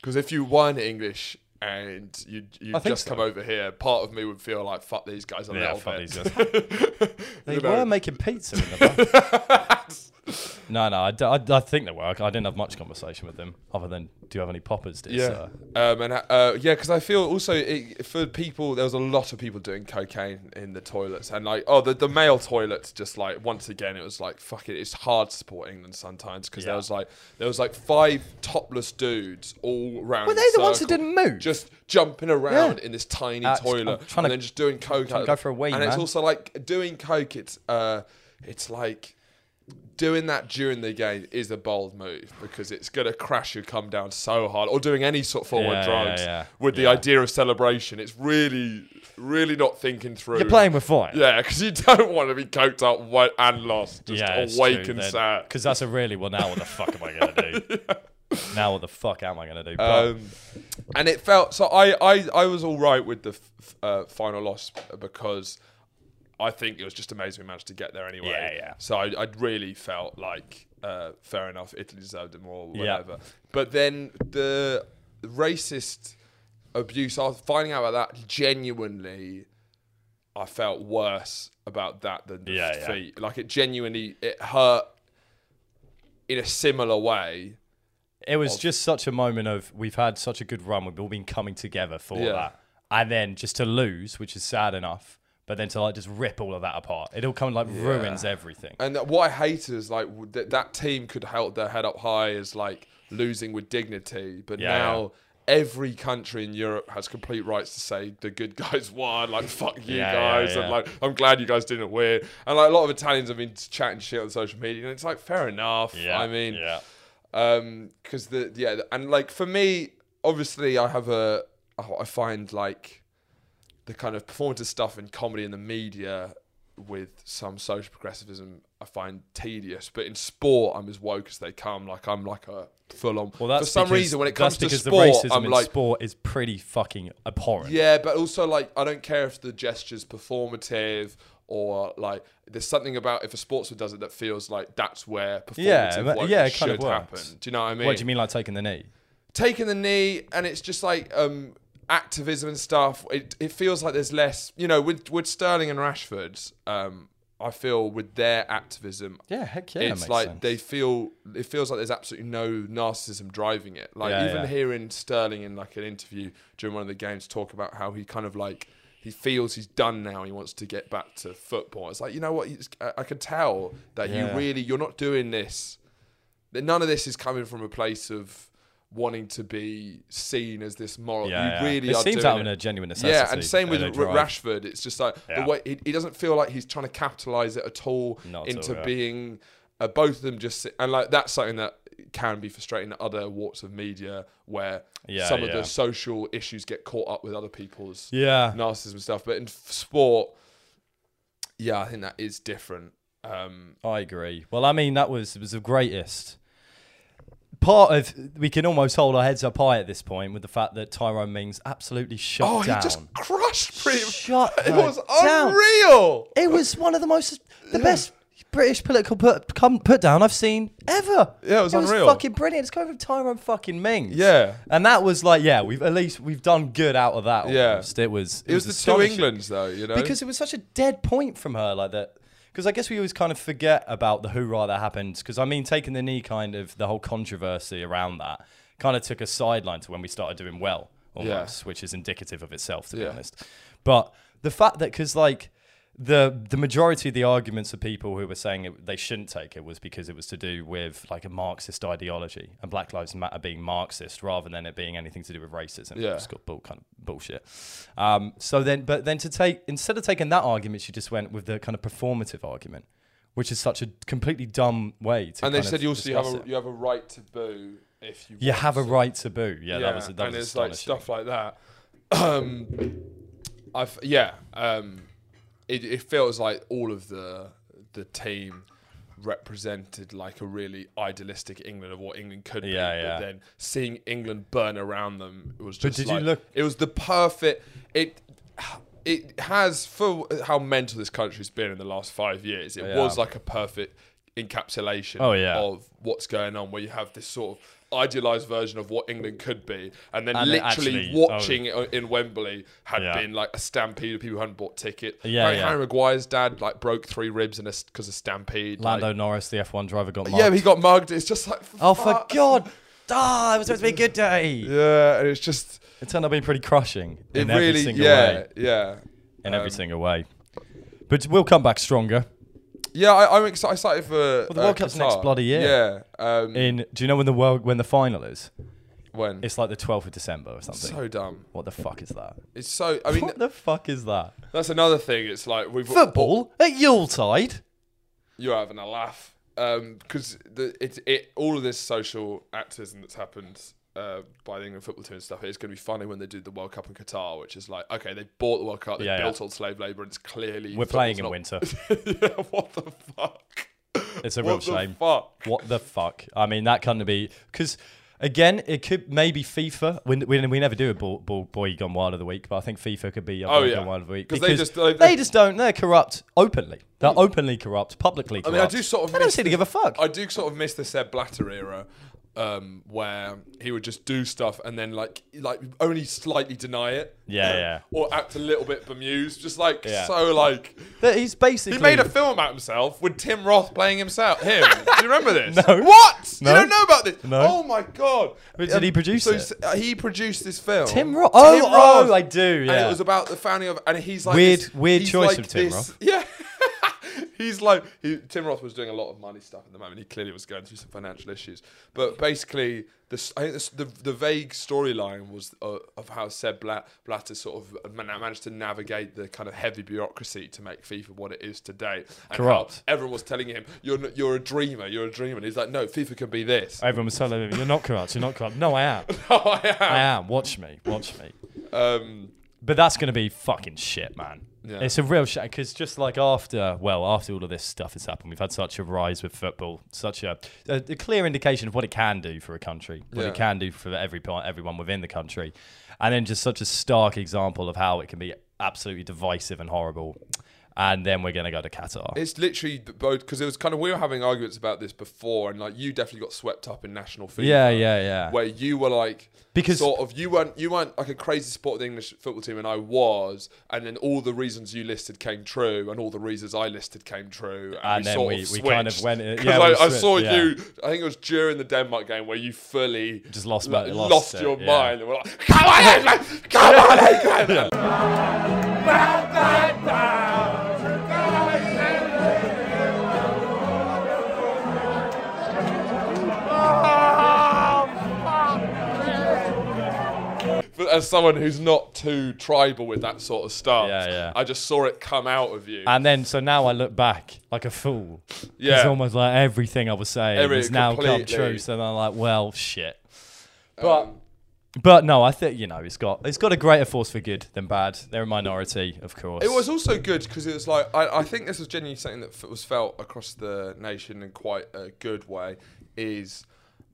S3: Because if you weren't English and you you
S2: I think
S3: just
S2: so.
S3: come over here, part of me would feel like fuck these guys a little
S2: fuck
S3: bit.
S2: these guys. they
S3: You know.
S2: were making pizza in the back. no, no. I, d- I d- I think they were. I didn't have much conversation with them other than, "Do you have any poppers, dear
S3: Yeah,
S2: sir?"
S3: um, and uh, yeah, because I feel also it, for people, there was a lot of people doing cocaine in the toilets, and like, oh, the, the male toilets, just like once again, it was like fuck it, it's hard to support England sometimes because there
S2: Yeah.
S3: was like there was like five topless dudes all round.
S2: Were they
S3: in a
S2: the ones that
S3: circle,
S2: didn't move?
S3: Just jumping around
S2: Yeah.
S3: in this tiny
S2: Uh, it's- I'm
S3: toilet,
S2: trying
S3: and
S2: to-
S3: then just doing
S2: trying
S3: coke.
S2: to
S3: out
S2: go
S3: of-
S2: for a wee,
S3: and it's
S2: man.
S3: also like doing coke. It's uh, it's like doing that during the game is a bold move because it's going to crash your come down so hard or doing any sort of forward
S2: Yeah,
S3: drugs
S2: yeah, yeah.
S3: with the
S2: Yeah.
S3: idea of celebration it's really really not thinking through
S2: You're playing with fire.
S3: yeah because you don't want to be coked up wa- and lost just awake and sad
S2: Because that's a really well. Now what the fuck am I gonna do? Now what the fuck am I gonna do? But
S3: um, and it felt so I, I I was all right with the f- f- uh, final loss because I think it was just amazing we managed to get there anyway
S2: Yeah, yeah.
S3: so I, I really felt like uh, fair enough Italy deserved it more
S2: Yeah.
S3: whatever but then the racist abuse I was finding out about that genuinely I felt worse about that than the
S2: Yeah, yeah.
S3: feet like it genuinely it hurt in a similar way
S2: it was just such a moment of we've had such a good run. We've all been coming together for
S3: Yeah.
S2: that, and then just to lose, which is sad enough. But then to like just rip all of that apart, it all kind of like ruins everything.
S3: And that- what I hated is like w- that that team could hold their head up high as like losing with dignity, but
S2: Yeah,
S3: now every country in Europe has complete rights to say the good guys won, like fuck you
S2: Yeah, yeah,
S3: guys,
S2: yeah.
S3: and like I'm glad you guys didn't win. And like a lot of Italians have been chatting shit on social media, and it's like fair enough.
S2: Yeah,
S3: I mean,
S2: yeah.
S3: um because the yeah the- and like for me obviously i have a i find like the kind of performative stuff in comedy and the media with some social progressivism i find tedious but in sport i'm as woke as they come like i'm like a full on
S2: Well, that's
S3: for some
S2: because-
S3: reason when it
S2: that's
S3: comes to
S2: because
S3: sport
S2: the racism
S3: i'm
S2: in
S3: like
S2: sport is pretty fucking abhorrent.
S3: yeah, but also like I don't care if the gesture's performative or like there's something about if a sportsman does it that feels like that's where performative
S2: Yeah, but-
S3: wokeness
S2: yeah, it
S3: should
S2: kind of
S3: happen.
S2: works.
S3: Do you know what I mean?
S2: What do you mean, like taking the knee?
S3: taking the knee and it's just like um activism and stuff it, it feels like there's less you know with with sterling and rashford um i feel with their activism
S2: Yeah, heck yeah.
S3: it's like they feel it feels like there's absolutely no narcissism driving it like
S2: Yeah,
S3: even
S2: yeah.
S3: hearing sterling in like an interview during one of the games talk about how he kind of like he feels he's done now. He wants to get back to football. It's like you know what? It's- I, I can tell that
S2: Yeah.
S3: you really you're not doing this that none of this is coming from a place of wanting to be seen as this moral. you
S2: yeah, yeah.
S3: really
S2: it
S3: are
S2: seems
S3: doing
S2: out of
S3: it.
S2: a genuine necessity.
S3: yeah, and same with
S2: a
S3: R-
S2: drive.
S3: Rashford. It's just like
S2: Yeah.
S3: the way it, it doesn't feel like he's trying to capitalize it at all
S2: Not at
S3: into
S2: all, yeah.
S3: being. Uh, both of them just sit, and like that's something that can be frustrating at other walks of media where
S2: Yeah,
S3: some of
S2: yeah.
S3: the social issues get caught up with other people's
S2: Yeah,
S3: narcissism stuff. But in f- sport, yeah, I think that is different. Um,
S2: I agree. Well, I mean, that was it was the greatest part of. We can almost hold our heads up high at this point with the fact that Tyrone Mings absolutely shut
S3: oh,
S2: down.
S3: he just crushed pretty
S2: shut
S3: It was
S2: down.
S3: unreal.
S2: It was one of the most, the best British political put come, put down I've seen ever.
S3: Yeah, it was unreal.
S2: fucking brilliant. It's coming from Tyrone fucking Mings.
S3: Yeah.
S2: and that was like, yeah, we've at least we've done good out of that.
S3: Yeah.
S2: almost. it was. It,
S3: It was, the two
S2: astonishing.
S3: Englands though, you know.
S2: because it was such a dead point from her, like that. Because I guess we always kind of forget about the hoorah that happened. Because I mean, taking the knee, kind of the whole controversy around that, kind of took a sideline to when we started doing well, almost, which is indicative of itself, to be
S3: Yeah.
S2: honest. But the fact that, because like the the majority of the arguments of people who were saying it, they shouldn't take it was because it was to do with like a Marxist ideology and Black Lives Matter being Marxist rather than it being anything to do with racism.
S3: Yeah.
S2: It's got bull kind of bullshit. Um, so then, but then to take instead of taking that argument, she just went with the kind of performative argument, which is such a completely dumb way to.
S3: and they
S2: kind
S3: said
S2: of
S3: you also have
S2: discuss
S3: a,
S2: it.
S3: you have a right to boo if you.
S2: You
S3: want
S2: have a
S3: to.
S2: right to boo. Yeah, that was that
S3: and
S2: was
S3: it's like
S2: astonishing.
S3: stuff like that. Um, I've yeah. Um, it, it feels like all of the the team represented like a really idealistic England of what England could be.
S2: Yeah, yeah.
S3: But then seeing England burn around them, it was just.
S2: did you
S3: like-
S2: look-
S3: It was the perfect. It it has for how mental this country's been in the last five years. It
S2: Yeah.
S3: was like a perfect encapsulation
S2: Oh, yeah.
S3: of what's going on, where you have this sort of idealized version of what England could be, and then
S2: And it
S3: literally
S2: actually- oh.
S3: watching it in Wembley had
S2: Yeah.
S3: been like a stampede of people who hadn't bought tickets.
S2: Yeah,
S3: Harry,
S2: yeah.
S3: Harry Maguire's dad like broke three ribs in a because of stampede.
S2: Lando
S3: like-
S2: Norris, the F1 driver, got
S3: yeah,
S2: mugged.
S3: he got mugged. It's just like
S2: oh, for
S3: fuck.
S2: God. Ah, it was supposed to be a good day.
S3: Yeah, and it's just
S2: It turned out being pretty crushing
S3: it
S2: in every
S3: really
S2: single
S3: yeah
S2: way.
S3: yeah
S2: In every
S3: um,
S2: single way. But we'll come back stronger.
S3: yeah. I, I'm exci- excited for
S2: Well, the World
S3: uh,
S2: Cup's
S3: Qatar.
S2: next bloody year.
S3: Yeah, um,
S2: In do you know when the world when the final is?
S3: when it's
S2: It's like the 12th of December or something.
S3: so dumb.
S2: what the fuck is that?
S3: It's so. I mean,
S2: what the fuck is that?
S3: that's another thing. It's like we've
S2: Football at Yuletide.
S3: you're having a laugh because the it's it all of this social activism that's happened uh, by the England football team and stuff. It's going to be funny when they do the World Cup in Qatar, which is like, okay, they bought the World Cup, they
S2: Yeah, yeah.
S3: built on slave labor, and it's clearly
S2: We're playing in
S3: football's
S2: winter.
S3: not- yeah, what the fuck?
S2: It's a real
S3: What the
S2: shame.
S3: fuck?
S2: What the fuck? I mean, that couldn't be because. Again, it could maybe FIFA. We, we, we never do a ball, ball, boy gone wild of the week, but I think FIFA could be a
S3: Oh,
S2: boy
S3: yeah.
S2: gone wild of the week
S3: 'Cause they just-
S2: they,
S3: they-
S2: just don't. They're corrupt openly. They're openly corrupt, publicly.
S3: I
S2: Corrupt.
S3: mean, I do sort of
S2: They don't
S3: miss
S2: seem to give a fuck.
S3: I do sort of miss the Seb Blatter era, um, where he would just do stuff and then like like only slightly deny it.
S2: Yeah, yeah.
S3: Or act a little bit bemused, just like
S2: Yeah.
S3: so like
S2: That he's basically
S3: he made a film about himself with Tim Roth playing himself. Him, do you remember this?
S2: No.
S3: What?
S2: No.
S3: You don't know about this?
S2: No.
S3: Oh my god!
S2: But did he produce
S3: so
S2: it?
S3: s- uh, he produced this film.
S2: Tim Roth. Oh, oh, I do.
S3: And
S2: yeah.
S3: it was about the founding of, and he's like
S2: Weird-
S3: this-
S2: weird
S3: he's
S2: choice
S3: like
S2: of Tim
S3: this-
S2: Roth.
S3: Yeah. he's like he, Tim Roth was doing a lot of money stuff at the moment. He clearly was going through some financial issues. But basically, this I think this, the the vague storyline was uh, of how Seb Blatt, Blatter sort of man- managed to navigate the kind of heavy bureaucracy to make FIFA what it is today. And how
S2: Corrupt.
S3: Everyone was telling him, "You're n- you're a dreamer. You're a dreamer." And he's like, "No, FIFA can be this."
S2: Everyone was telling me, "You're not corrupt. You're not corrupt." No, I am.
S3: Oh, I am.
S2: I am. Watch me. Watch me.
S3: Um,
S2: But that's going to be fucking shit, man.
S3: Yeah.
S2: It's a real shit because just like after, well, after all of this stuff has happened, we've had such a rise with football, such a, a, a clear indication of what it can do for a country, what
S3: Yeah.
S2: it can do for every part, everyone within the country, and then just such a stark example of how it can be absolutely divisive and horrible. And then we're going to go to Qatar.
S3: It's literally b- both because it was kind of we were having arguments about this before, and like you definitely got swept up in national FIFA.
S2: yeah, yeah, yeah.
S3: Where you were like,
S2: Because-
S3: sort of you weren't you weren't like a crazy support of the English football team, and I was, and then all the reasons you listed came true, and all the reasons I listed came true, and,
S2: And
S3: we
S2: then
S3: sort
S2: we-
S3: of
S2: we
S3: switched.
S2: kind of went in-
S3: 'Cause
S2: yeah,
S3: I,
S2: we
S3: I saw
S2: switched, yeah.
S3: you. I think it was during the Denmark game where you fully
S2: Just lost my-
S3: lo-
S2: lost
S3: lost
S2: it,
S3: your
S2: yeah.
S3: mind, and we're like, come on, England! come on, England! But as someone who's not too tribal with that sort of stuff,
S2: Yeah, yeah.
S3: I just saw it come out of you.
S2: And then, so now I look back like a fool.
S3: Yeah.
S2: It's almost like everything I was saying
S3: Every-
S2: has now come
S3: completely.
S2: true. So then I'm like, well, shit. But, but no, I think you know it's got it's got a greater force for good than bad. They're a minority, of course.
S3: It was also good because it was like I, I think this was genuinely something that f- was felt across the nation in quite a good way. Is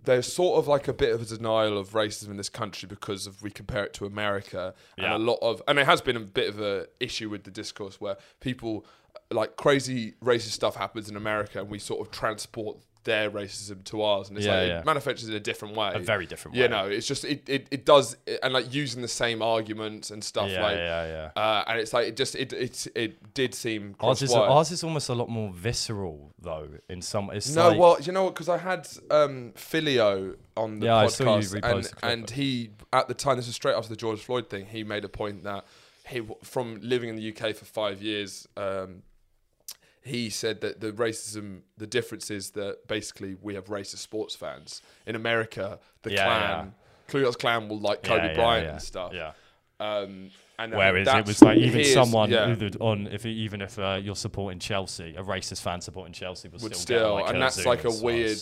S3: there's sort of like a bit of a denial of racism in this country because of we compare it to America
S2: Yeah.
S3: and a lot of and it has been a bit of a issue with the discourse where people like crazy racist stuff happens in America and we sort of transport their racism to ours and it's
S2: Yeah,
S3: like
S2: yeah.
S3: it manifests in a different way
S2: A very different
S3: you
S2: way.
S3: know it's just it, it, it does and like using the same arguments and stuff
S2: Yeah,
S3: like
S2: yeah, yeah.
S3: uh, and it's like it just it it, it did seem
S2: ours is,
S3: cross-wired.
S2: ours is almost a lot more visceral though. In some, it's
S3: No,
S2: like,
S3: well, you know what? Because I had um, Filio on the
S2: Yeah, I saw you
S3: podcast,
S2: repost
S3: and,
S2: the clip.
S3: and he at the time, this was straight after the George Floyd thing. He made a point that he, w- from living in the UK for five years, um, he said that the racism, the difference is that basically we have racist sports fans in America. The
S2: Yeah,
S3: Klan, Ku Klux Klan, will like
S2: Yeah,
S3: Kobe
S2: yeah,
S3: Bryant
S2: yeah,
S3: and stuff.
S2: Yeah.
S3: Um, and I think
S2: Whereas it
S3: that's-
S2: was like even
S3: he is-
S2: someone
S3: yeah.
S2: who would on if even if uh, you're supporting Chelsea, a racist fan supporting Chelsea would,
S3: would
S2: still, get,
S3: still,
S2: like,
S3: and
S2: a
S3: that's
S2: Zoom
S3: like a
S2: and stuff.
S3: weird.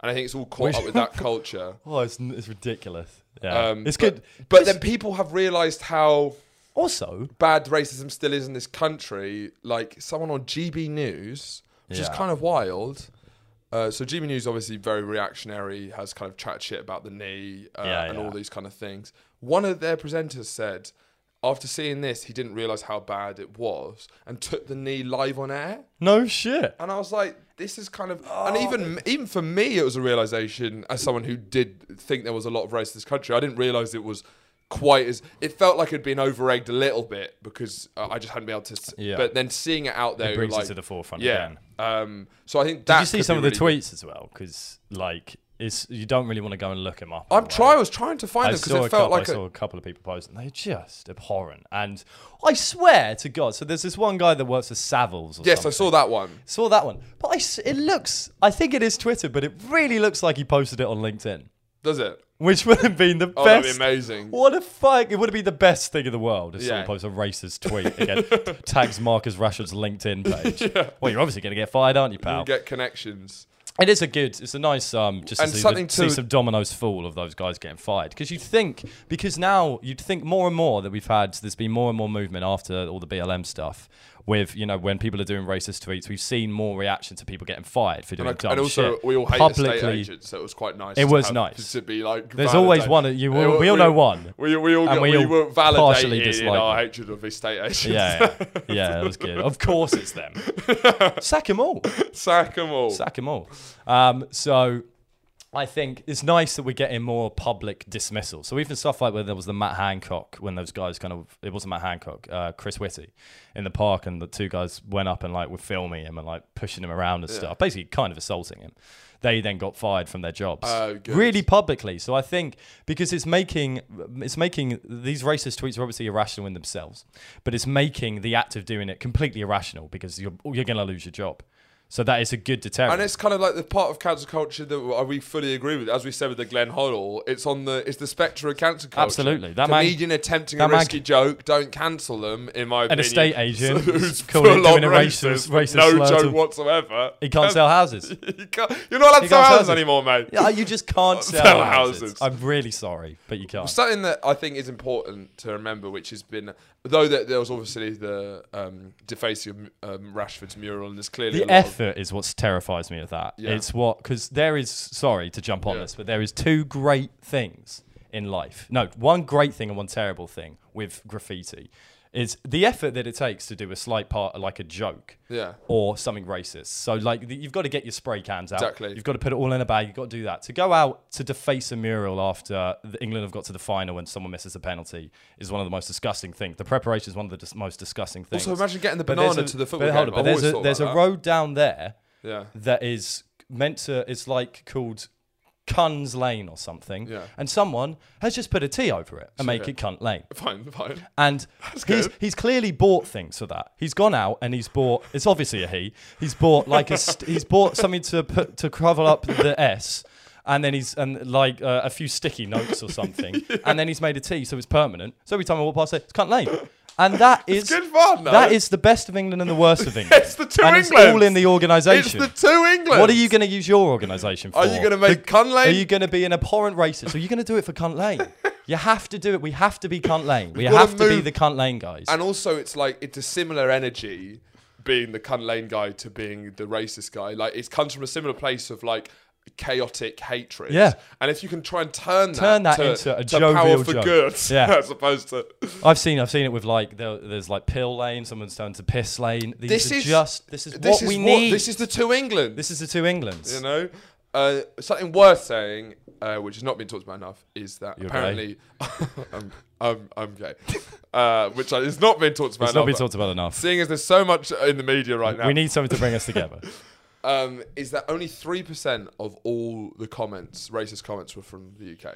S3: And I think it's all caught
S2: Which-
S3: up with that culture.
S2: Oh, it's, it's ridiculous. Yeah,
S3: Um,
S2: it's
S3: but-
S2: good.
S3: But then people have realised how
S2: Also,
S3: bad racism still is in this country. Like someone on GB News, which is
S2: Yeah.
S3: kind of wild. Uh, so GB News obviously very reactionary, has kind of chat shit about the knee uh,
S2: Yeah,
S3: and
S2: yeah.
S3: all these kind of things. One of their presenters said, after seeing this, he didn't realise how bad it was and took the knee live on air.
S2: no shit.
S3: And I was like, this is kind of, and
S2: Oh,
S3: even even for me, it was a realization as someone who did think there was a lot of race in this country. I didn't realize it was quite as. It felt like it'd been over egged a little bit because uh, I just hadn't been able to. s-
S2: Yeah.
S3: But then seeing it out there,
S2: It brings
S3: like,
S2: it to the forefront
S3: yeah.
S2: again.
S3: Um. So I think that
S2: Did you see
S3: could
S2: some
S3: be
S2: of the
S3: really-
S2: tweets as well? Because like, it's you don't really want to go and look them up.
S3: I'm
S2: online.
S3: trying. I was trying to find
S2: I
S3: them
S2: saw,
S3: because
S2: a
S3: it felt
S2: couple,
S3: like
S2: I
S3: a-
S2: saw a couple of people posting. They're just abhorrent, and I swear to God. So there's this one guy that works for Savills. Or
S3: yes, I
S2: something.
S3: saw that one.
S2: Saw that one, but I s it looks. I think it is Twitter, but it really looks like he posted it on LinkedIn,
S3: Does it?
S2: which would have been the
S3: Oh, that'd be
S2: best.
S3: amazing.
S2: What a fuck! It would have been the best thing in the world if
S3: Yeah.
S2: someone posts a racist tweet again, tags Marcus Rashford's LinkedIn page. Well, you're obviously going to get fired, aren't you, pal?
S3: You get connections.
S2: It is a good. It's a nice um just
S3: And
S2: to, see,
S3: something
S2: the- see
S3: to-
S2: some dominoes fall of those guys getting fired because you think because now you'd think more and more that we've had there's been more and more movement after all the BLM stuff with you know when people are doing racist tweets we've seen more reaction to people getting fired for doing
S3: Like,
S2: dumb
S3: and also,
S2: shit.
S3: we all hate estate
S2: publicly.
S3: agents, so it was quite nice.
S2: It
S3: to
S2: was
S3: have-
S2: nice.
S3: to be like.
S2: There's always
S3: validated.
S2: one that you-
S3: They
S2: we-
S3: were-
S2: we all know one.
S3: We, we all
S2: And
S3: got,
S2: we
S3: we,
S2: all
S3: were
S2: partially
S3: validated in
S2: dislike
S3: our
S2: them.
S3: hatred of estate agents.
S2: yeah, yeah, yeah, that was good. Of course, it's them. Sack them all.
S3: Sack 'em all.
S2: Sack them all. Um, so I think it's nice that we're getting more public dismissal. So even stuff like when there was the Matt Hancock, when those guys kind of, it wasn't Matt Hancock, uh, Chris Whitty in the park, and the two guys went up and like were filming him and like pushing him around and stuff, basically kind of assaulting him. they then got fired from their jobs.
S3: Oh, good.
S2: Really publicly. So I think because it's making it's making these racist tweets are obviously irrational in themselves, but it's making the act of doing it completely irrational because you're you're going to lose your job. So that is a good deterrent.
S3: And it's kind of like the part of cancel culture that we fully agree with. As we said with the Glenn Hoddle, it's on the it's the spectre of cancel culture.
S2: Absolutely. That man-
S3: comedian attempting a
S2: that man-
S3: risky joke, don't cancel them. In my
S2: An
S3: opinion,
S2: estate agent
S3: who's
S2: calling it
S3: full on
S2: doing a racist- racist
S3: no
S2: slur to-
S3: joke whatsoever.
S2: he can't sell houses.
S3: You can't, you're not allowed to
S2: He can't
S3: sell
S2: sell
S3: houses
S2: them.
S3: anymore, mate.
S2: Yeah, you just can't sell,
S3: Sell
S2: houses.
S3: houses.
S2: I'm really sorry, but you can't.
S3: Something that I think is important to remember, which has been, though that there was obviously the um, defacing of um, Rashford's mural, and there's clearly a
S2: The
S3: lot of
S2: effort is what terrifies me of that.
S3: Yeah.
S2: It's what because there is sorry to jump on
S3: Yeah.
S2: this, but there is two great things in life. No, one great thing and one terrible thing with graffiti is the effort that it takes to do a slight part like a joke.
S3: Yeah.
S2: Or something racist. So like th- you've got to get your spray cans out.
S3: Exactly.
S2: You've got to put it all in a bag. You've got to do that. To go out to deface a mural after the- England have got to the final and someone misses a penalty is one of the most disgusting things. The preparation is one of the dis- most disgusting things.
S3: Also, imagine getting the
S2: But there's
S3: banana
S2: a-
S3: to the
S2: but
S3: football
S2: hold on,
S3: game.
S2: but
S3: I've
S2: there's
S3: always
S2: a,
S3: thought
S2: there's
S3: about
S2: a
S3: that.
S2: road down there
S3: Yeah.
S2: that is meant to, it's like called Cunn's Lane or something.
S3: Yeah.
S2: And someone has just put a T over it and make
S3: okay.
S2: it Cunt Lane.
S3: Fine, fine.
S2: And he's,
S3: good.
S2: he's clearly bought things for that. He's gone out and he's bought. It's obviously a he. He's bought like a st- he's bought something to put to cover up the S, and then he's and like uh, a few sticky notes or something, and then he's made a T, so it's permanent. So every time I walk past it, it's cunt lane, and that is
S3: good fun, though.
S2: That is the best of England and the worst of England.
S3: It's the two
S2: and It's all
S3: Englands.
S2: in the
S3: It's
S2: organisation.
S3: the two England.
S2: What are you going to use your organisation for?
S3: Are you gonna make
S2: The-
S3: cunt lane?
S2: Are you going to be an abhorrent racist? Are you going to do it for cunt lane? You have to do it. We have to be cunt lane. We
S3: gotta
S2: have to be
S3: move-
S2: the cunt lane guys.
S3: And also, it's like it's a similar energy being the cunt lane guy to being the racist guy. Like it comes from a similar place of like chaotic hatred.
S2: Yeah.
S3: And if you can try and turn that,
S2: Turn that
S3: to,
S2: into a
S3: to
S2: jovial
S3: power for
S2: joke.
S3: good,
S2: Yeah.
S3: as opposed to
S2: I've seen I've seen it with like there, there's like pill lane. Someone's turned to piss lane. These
S3: This
S2: are
S3: is-
S2: just this is
S3: this
S2: what
S3: is
S2: we
S3: what-
S2: need.
S3: This is the two England.
S2: this is the two Englands.
S3: You know, uh, something worth saying, uh, which has not been talked about enough, is that
S2: You're
S3: apparently I'm, I'm, I'm gay, uh, which I- has not been talked about.
S2: it's not
S3: enough.
S2: been talked about enough.
S3: Seeing as there's so much in the media right now,
S2: We need something to bring us together.
S3: um, is that only three percent of all the comments, racist comments, were from the UK.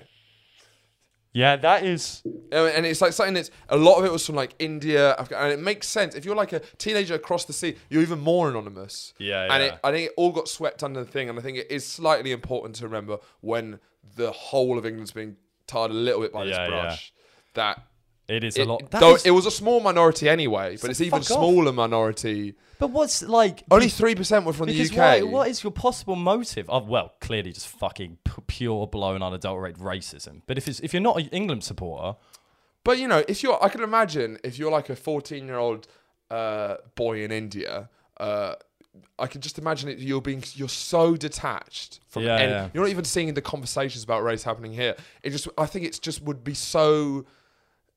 S2: yeah, that is.
S3: Um, And it's like something that's a lot of it was from like India, Afghanistan, and it makes sense. If you're like a teenager across the sea, you're even more anonymous.
S2: Yeah,
S3: And
S2: yeah.
S3: It, I think it all got swept under the thing, and I think it is slightly important to remember when the whole of England's being tarred a little bit by
S2: Yeah,
S3: this
S2: yeah.
S3: brush. That
S2: It is
S3: it,
S2: a lot. That
S3: though
S2: is-
S3: it was a small minority anyway, but it's
S2: So
S3: even
S2: fuck off.
S3: smaller minority.
S2: but what's like
S3: Only three percent were from
S2: Because
S3: the UK.
S2: why- what is your possible motive? Oh, well, clearly just fucking p- pure blown unadulterated racism. But if it's, if you're not an England supporter,
S3: But you know, if you're, I can imagine if you're like a 14 year old uh, boy in India, uh, I can just imagine it. You're being, you're so detached from,
S2: Yeah,
S3: and
S2: yeah.
S3: you're not even seeing the conversations about race happening here. It just, I think it's just would be so,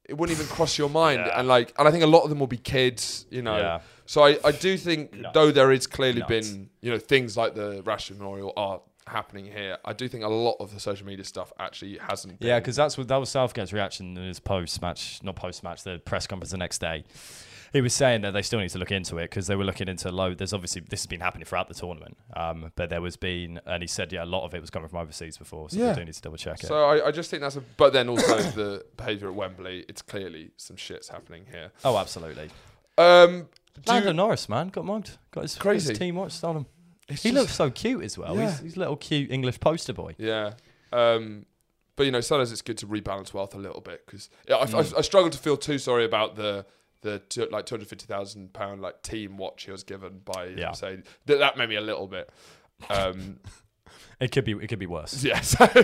S3: it wouldn't even cross your mind. And like, and I think a lot of them will be kids, you know.
S2: Yeah.
S3: So I, I do think, though there is clearly
S2: Nuts.
S3: been, you know, things like the Russian memorial are happening here. I do think a lot of the social media stuff actually hasn't. Been.
S2: yeah, because that's what that was Southgate's reaction in his post match, not post match, the press conference the next day. He was saying that they still need to look into it because they were looking into low. There's obviously this has been happening throughout the tournament, um, but there was been, and he said, yeah, a lot of it was coming from overseas before, so
S3: Yeah.
S2: we do need to double check it.
S3: So I, I just think that's a. But then also the behaviour at Wembley, it's clearly some shit's happening here.
S2: oh, absolutely.
S3: Um, do
S2: Lando Norris, man, got mugged, got his,
S3: Crazy.
S2: his team watch stolen.
S3: it's
S2: He
S3: just-
S2: looks so cute as well. He's,
S3: Yeah.
S2: he's a little cute English poster boy.
S3: Yeah. Um, but you know, sometimes it's good to rebalance wealth a little bit because I,
S2: Mm.
S3: I, I struggle to feel too sorry about the the two, like two hundred fifty thousand pound like team watch he was given by
S2: Yeah.
S3: say that that made me a little bit. Um,
S2: It could be, it could be worse.
S3: yes. well,
S2: I
S3: I,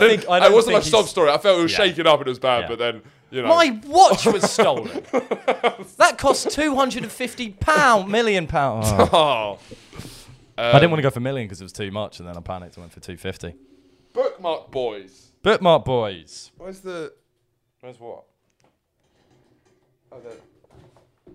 S3: didn't-
S2: think- I
S3: I
S2: don't
S3: wasn't
S2: think
S3: like sob
S2: he's-
S3: story. I felt it was
S2: Yeah.
S3: shaking up and it was bad,
S2: Yeah.
S3: but then you know.
S2: My watch was stolen. that cost two hundred and fifty pound million pound.
S3: oh.
S2: I
S3: Um,
S2: didn't want to go for million because it was too much, and then I panicked and went for two fifty.
S3: bookmark boys.
S2: Bookmark boys.
S3: Where's the? Where's what? Oh, there.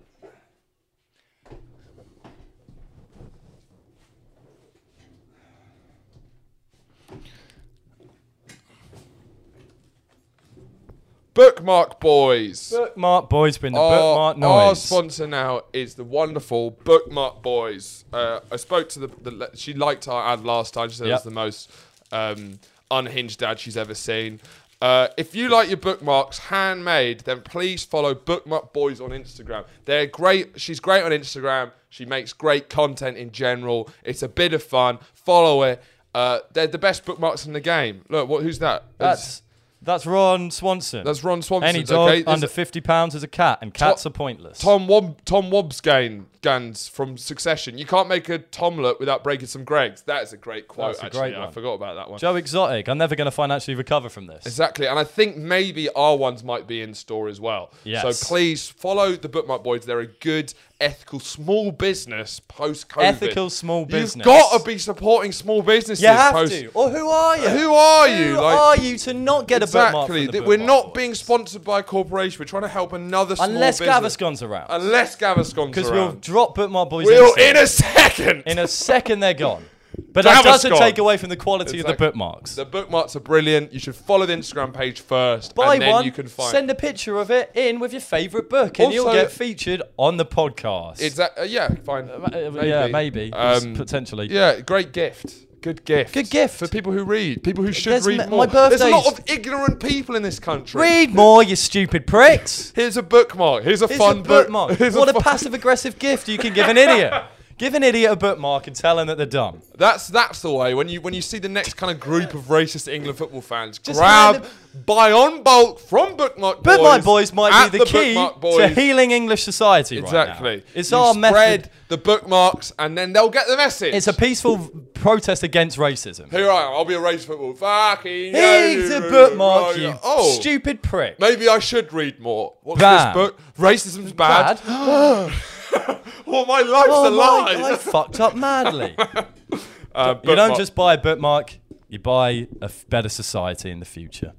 S3: Bookmark Boys.
S2: Bookmark Boys bring the
S3: Our-
S2: bookmark
S3: Our
S2: noise.
S3: sponsor now is the wonderful Bookmark Boys. Uh, I spoke to the, the le- she liked our ad last time. She said it was
S2: Yep.
S3: the most um, unhinged ad she's ever seen. Uh, if you like your bookmarks handmade, then please follow Bookmark Boys on Instagram. They're great. She's great on Instagram. She makes great content in general. It's a bit of fun. Follow it. Uh, they're the best bookmarks in the game. Look, what? Who's that?
S2: that's that's Ron Swanson.
S3: that's Ron Swanson.
S2: Any dog
S3: okay? This-
S2: under fifty pounds is a cat, and cats are pointless.
S3: Tom Wob- Tom Wobsgain Gans from Succession. You can't make a Tomlet without breaking some Gregs. That is a great quote.
S2: That's a
S3: actually,
S2: great
S3: I
S2: one.
S3: forgot about that one.
S2: Joe Exotic. I'm never going to financially recover from this.
S3: Exactly, and I think maybe our ones might be in store as well.
S2: Yes.
S3: So please follow the Bookmark Boys. They're a good, ethical small business post COVID.
S2: Ethical small business.
S3: You've got to be supporting small businesses.
S2: You have
S3: post-
S2: to. Or who are you?
S3: Who are you?
S2: Who
S3: Like-
S2: are you to not get a bookmark?
S3: Exactly.
S2: From the
S3: Th- We're
S2: bookmark
S3: not
S2: boys?
S3: being sponsored by a corporation. We're trying to help another small
S2: Unless
S3: business.
S2: Gaviscon's around,
S3: Unless Gaviscon's
S2: because we'll
S3: around.
S2: drop bookmark boys.
S3: We'll
S2: Instagram.
S3: in a second.
S2: In a second, they're gone. But that doesn't
S3: Gaviscon.
S2: take away from the quality of the
S3: Exactly.
S2: bookmarks.
S3: The bookmarks are brilliant. You should follow the Instagram page first,
S2: Buy
S3: and then
S2: one,
S3: you can find.
S2: send a picture of it in with your favourite book, and you'll
S3: Also-
S2: get featured on the podcast.
S3: Is that- uh, yeah, fine.
S2: Uh, Yeah, maybe.
S3: Um,
S2: potentially.
S3: Yeah, great gift. Good gift.
S2: Good gift.
S3: for people who read. People who should
S2: There's
S3: read
S2: m- my
S3: more. There's a lot of
S2: birthday's-
S3: ignorant people in this country.
S2: Read more, you stupid pricks.
S3: Here's a bookmark. Here's a
S2: It's
S3: fun
S2: a
S3: book-
S2: bookmark.
S3: Here's
S2: what a,
S3: fun-
S2: passive aggressive gift you can give an idiot. give an idiot a bookmark and tell him that they're dumb.
S3: That's that's the way. When you when you see the next kind of group of racist England football fans,
S2: Just
S3: grab
S2: hand
S3: buy on bulk from Bookmark Boys.
S2: Bookmark boys might
S3: at
S2: be the, key
S3: Bookmark
S2: to
S3: Boys.
S2: healing English society. right now.
S3: Exactly.
S2: It's
S3: You
S2: our
S3: spread
S2: method.
S3: the bookmarks, and then they'll get the message.
S2: It's a peaceful protest against racism.
S3: Here I am. I'll be a race football. Fucking.
S2: He's a
S3: hell,
S2: bookmark,
S3: right.
S2: you
S3: Oh,
S2: stupid prick.
S3: maybe I should read more. What's
S2: Bad.
S3: this book? Racism's bad.
S2: Bad.
S3: Well, my life's
S2: Oh
S3: a
S2: my,
S3: lie.
S2: I fucked up madly.
S3: Uh,
S2: you don't
S3: bookmark.
S2: just buy a bookmark, you buy a f- better society in the future.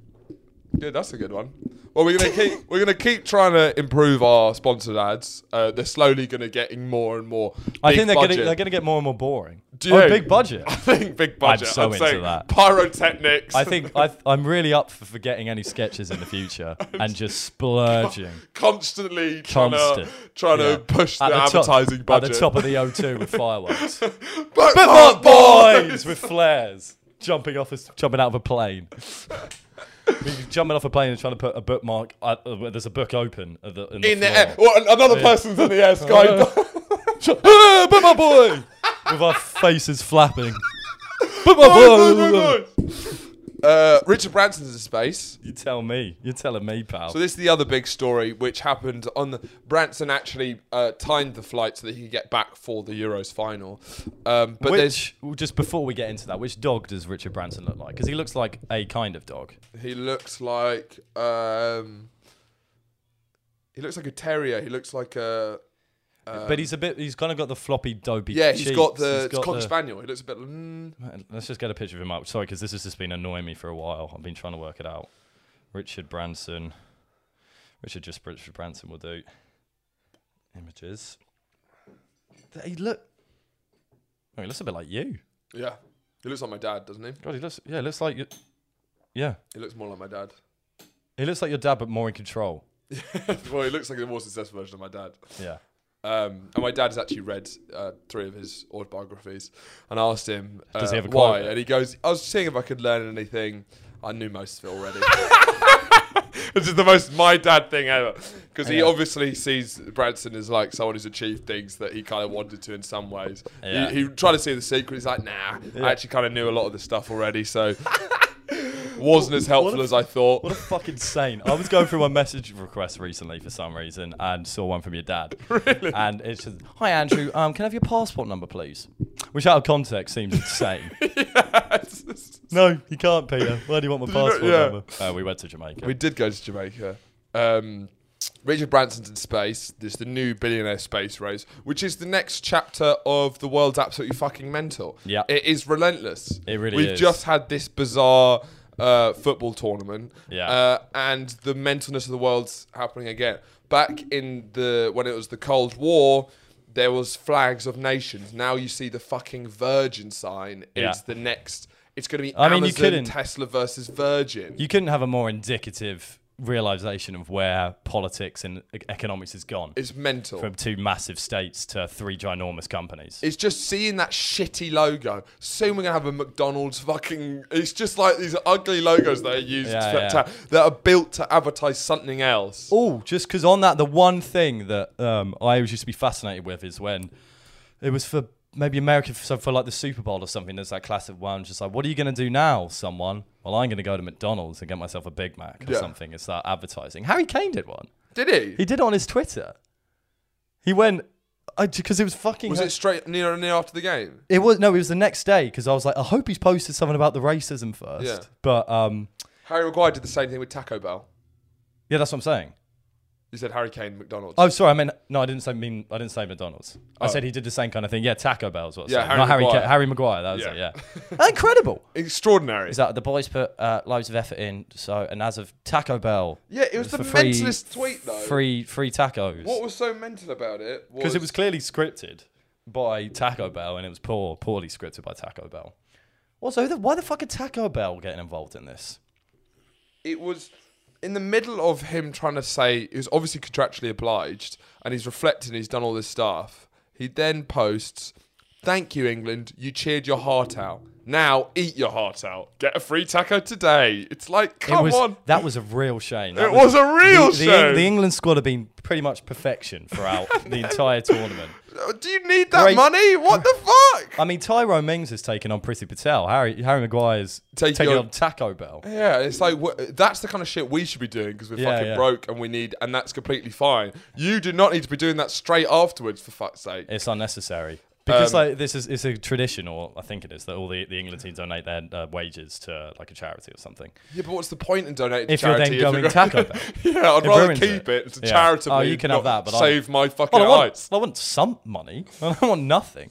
S3: Yeah, that's a good one. Well, we're gonna keep we're gonna keep trying to improve our sponsored ads. Uh, they're slowly gonna getting more and more.
S2: I
S3: big
S2: think they're
S3: budget.
S2: gonna, they're gonna get more and more boring.
S3: Do
S2: oh,
S3: you?
S2: big budget.
S3: I think big budget.
S2: so into
S3: saying
S2: that.
S3: Pyrotechnics.
S2: I think I th- I'm really up for forgetting any sketches in the future and just splurging.
S3: constantly trying
S2: Constant.
S3: to trying
S2: Yeah.
S3: to push
S2: At
S3: the, advertising
S2: top,
S3: budget.
S2: At the top of the O2 with fireworks.
S3: Bookmark
S2: Bookmark
S3: boys!
S2: boys with flares. Jumping off, a, jumping out of a plane. We were jumping off a plane and trying to put a bookmark. Uh, uh, where there's a book open at the, in the,
S3: in the
S2: floor.
S3: air. Well, another person's in the air. Sky.
S2: but my boy, with our faces flapping. But my boy,
S3: uh, Richard Branson's in space.
S2: you tell me, you're telling me, pal.
S3: So this is the other big story, which happened on the Branson actually uh, timed the flight so that he could get back for the Euros final. Um, but
S2: which, well, just before we get into that, which dog does Richard Branson look like? Because he looks like a kind of dog.
S3: there's he looks like um, he looks like a terrier. He looks like a
S2: but he's a bit, he's kind of got the floppy, dopey
S3: Uh, yeah.
S2: cheeks.
S3: he's got the
S2: He's
S3: it's cock
S2: the-
S3: spaniel. He looks a bit. Mm,
S2: Let's just get a picture of him up. Sorry, because this has just been annoying me for a while. I've been trying to work it out. Richard Branson. Richard just Richard Branson will do. Images. Th- He look. Oh, he looks a bit like you.
S3: yeah, he looks like my dad, doesn't he?
S2: God, he looks. Yeah, he looks like you. Yeah,
S3: He looks more like my dad.
S2: he looks like your dad, but more in control.
S3: well, he looks like the more successful version of my dad.
S2: Yeah.
S3: Um, and my dad's actually read uh, three of his autobiographies, and I asked him uh,
S2: Does he have a
S3: why,
S2: quote?
S3: and he goes, "I was seeing if I could learn anything. I knew most of it already." Which is the most my dad thing ever, because he
S2: Yeah.
S3: obviously sees Branson as like someone who's achieved things that he kind of wanted to in some ways.
S2: Yeah.
S3: He, he tried to see the secret. He's like, "Nah, I actually kind of knew a lot of the stuff already, so wasn't as helpful
S2: a-
S3: as I thought."
S2: What a fucking saint. I was going through my message requests recently for some reason and saw one from your dad. Really? And it says, Hi, Andrew, um, can I have your passport number, please? Which, out of context, seems insane. No, you can't, Peter. Why do you want my
S3: you not-
S2: passport
S3: yeah.
S2: number? Uh, we went to Jamaica.
S3: We did go to Jamaica. Um, Richard Branson's in space. There's the new billionaire space race, which is the next chapter of the world's absolutely fucking mental.
S2: Yeah.
S3: it is relentless.
S2: It really
S3: We've
S2: is.
S3: just had this bizarre uh, football tournament.
S2: Yeah.
S3: uh, and the mentalness of the world's happening again. Back in the when it was the Cold War. There was flags of nations. Now you see the fucking Virgin sign.
S2: Yeah.
S3: It's the next. It's going to be
S2: I mean, you
S3: Amazon,
S2: couldn't-
S3: Tesla versus Virgin.
S2: you couldn't have a more indicative realization of where politics and e- economics has gone
S3: It's mental.
S2: from two massive states to three ginormous companies.
S3: It's just seeing that shitty logo. Soon we're gonna have a McDonald's fucking. It's just like these ugly logos that are used
S2: Yeah,
S3: to,
S2: yeah.
S3: to- that are built to advertise something else.
S2: Oh, just because on that, the one thing that um, I always used to be fascinated with is when it was for maybe America for, for like the Super Bowl or something. There's that classic one, just like, what are you going to do now, someone? Well, I'm going to go to McDonald's and get myself a Big Mac or
S3: Yeah.
S2: something. It's that advertising. Harry Kane did one.
S3: Did he?
S2: He did it on his Twitter. He went, because it was fucking.
S3: was it straight near near after the game?
S2: It was no, it was the next day because I was like, I hope he's posted something about the racism first.
S3: Yeah.
S2: But um,
S3: Harry Maguire did the same thing with Taco Bell.
S2: yeah, that's what I'm saying.
S3: You said Harry Kane McDonald's.
S2: Oh, sorry, I meant no, I didn't say mean. I didn't say McDonald's. I
S3: Oh.
S2: said he did the same kind of thing. Yeah, Taco Bell's what. I was
S3: Yeah,
S2: saying.
S3: Harry
S2: Not Harry,
S3: Maguire.
S2: Ca- Harry Maguire. That was
S3: Yeah.
S2: it. Yeah, incredible.
S3: Extraordinary.
S4: Is that the boys put uh, loads of effort in? So, and as of Taco Bell,
S3: yeah, it was the
S2: for free-
S3: mentalist tweet though.
S2: Free free tacos.
S3: What was so mental about it?
S2: Because it was clearly scripted by Taco Bell, and it was poor, poorly scripted by Taco Bell. Also, who the- why the fuck are Taco Bell getting involved in this?
S3: it was in the middle of him trying to say he was obviously contractually obliged and he's reflecting he's done all this stuff he then posts thank you england you cheered your heart out now eat your heart out get a free taco today it's like
S2: it
S3: come
S2: was,
S3: on
S2: That was a real shame. That
S3: It was a real
S2: the, the
S3: shame.
S2: Eng- The England squad have been pretty much perfection throughout the entire tournament.
S3: Uh, do you need that
S2: Great-
S3: money what the fuck
S2: I mean, Tyrone Mings has taken on Prissy Patel. Harry Harry Maguire's
S3: Take
S2: taking
S3: your-
S2: on Taco Bell.
S3: yeah, it's like wh- that's the kind of shit we should be doing because we're
S2: Yeah,
S3: fucking
S2: yeah.
S3: broke and we need, and that's completely fine. You do not need to be doing that straight afterwards, for fuck's sake.
S2: It's unnecessary because
S3: Um,
S2: like this is it's a tradition, or I think it is, that all the, the England team donate their uh, wages to like a charity or something.
S3: Yeah, but what's the point in donating
S2: If
S3: to
S2: you're then
S3: charity?
S2: going Taco Bell.
S3: yeah, I'd
S2: It
S3: rather
S2: ruins
S3: keep
S2: it.
S3: it, to
S2: Yeah.
S3: charitably.
S2: Oh, you can have that,
S3: not
S2: but I-
S3: save my fucking
S2: Well, I want
S3: eyes.
S2: I want some money. I don't want nothing.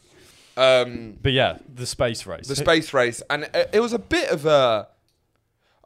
S3: Um,
S2: But yeah, the space race.
S3: the space race, and it, it was a bit of a.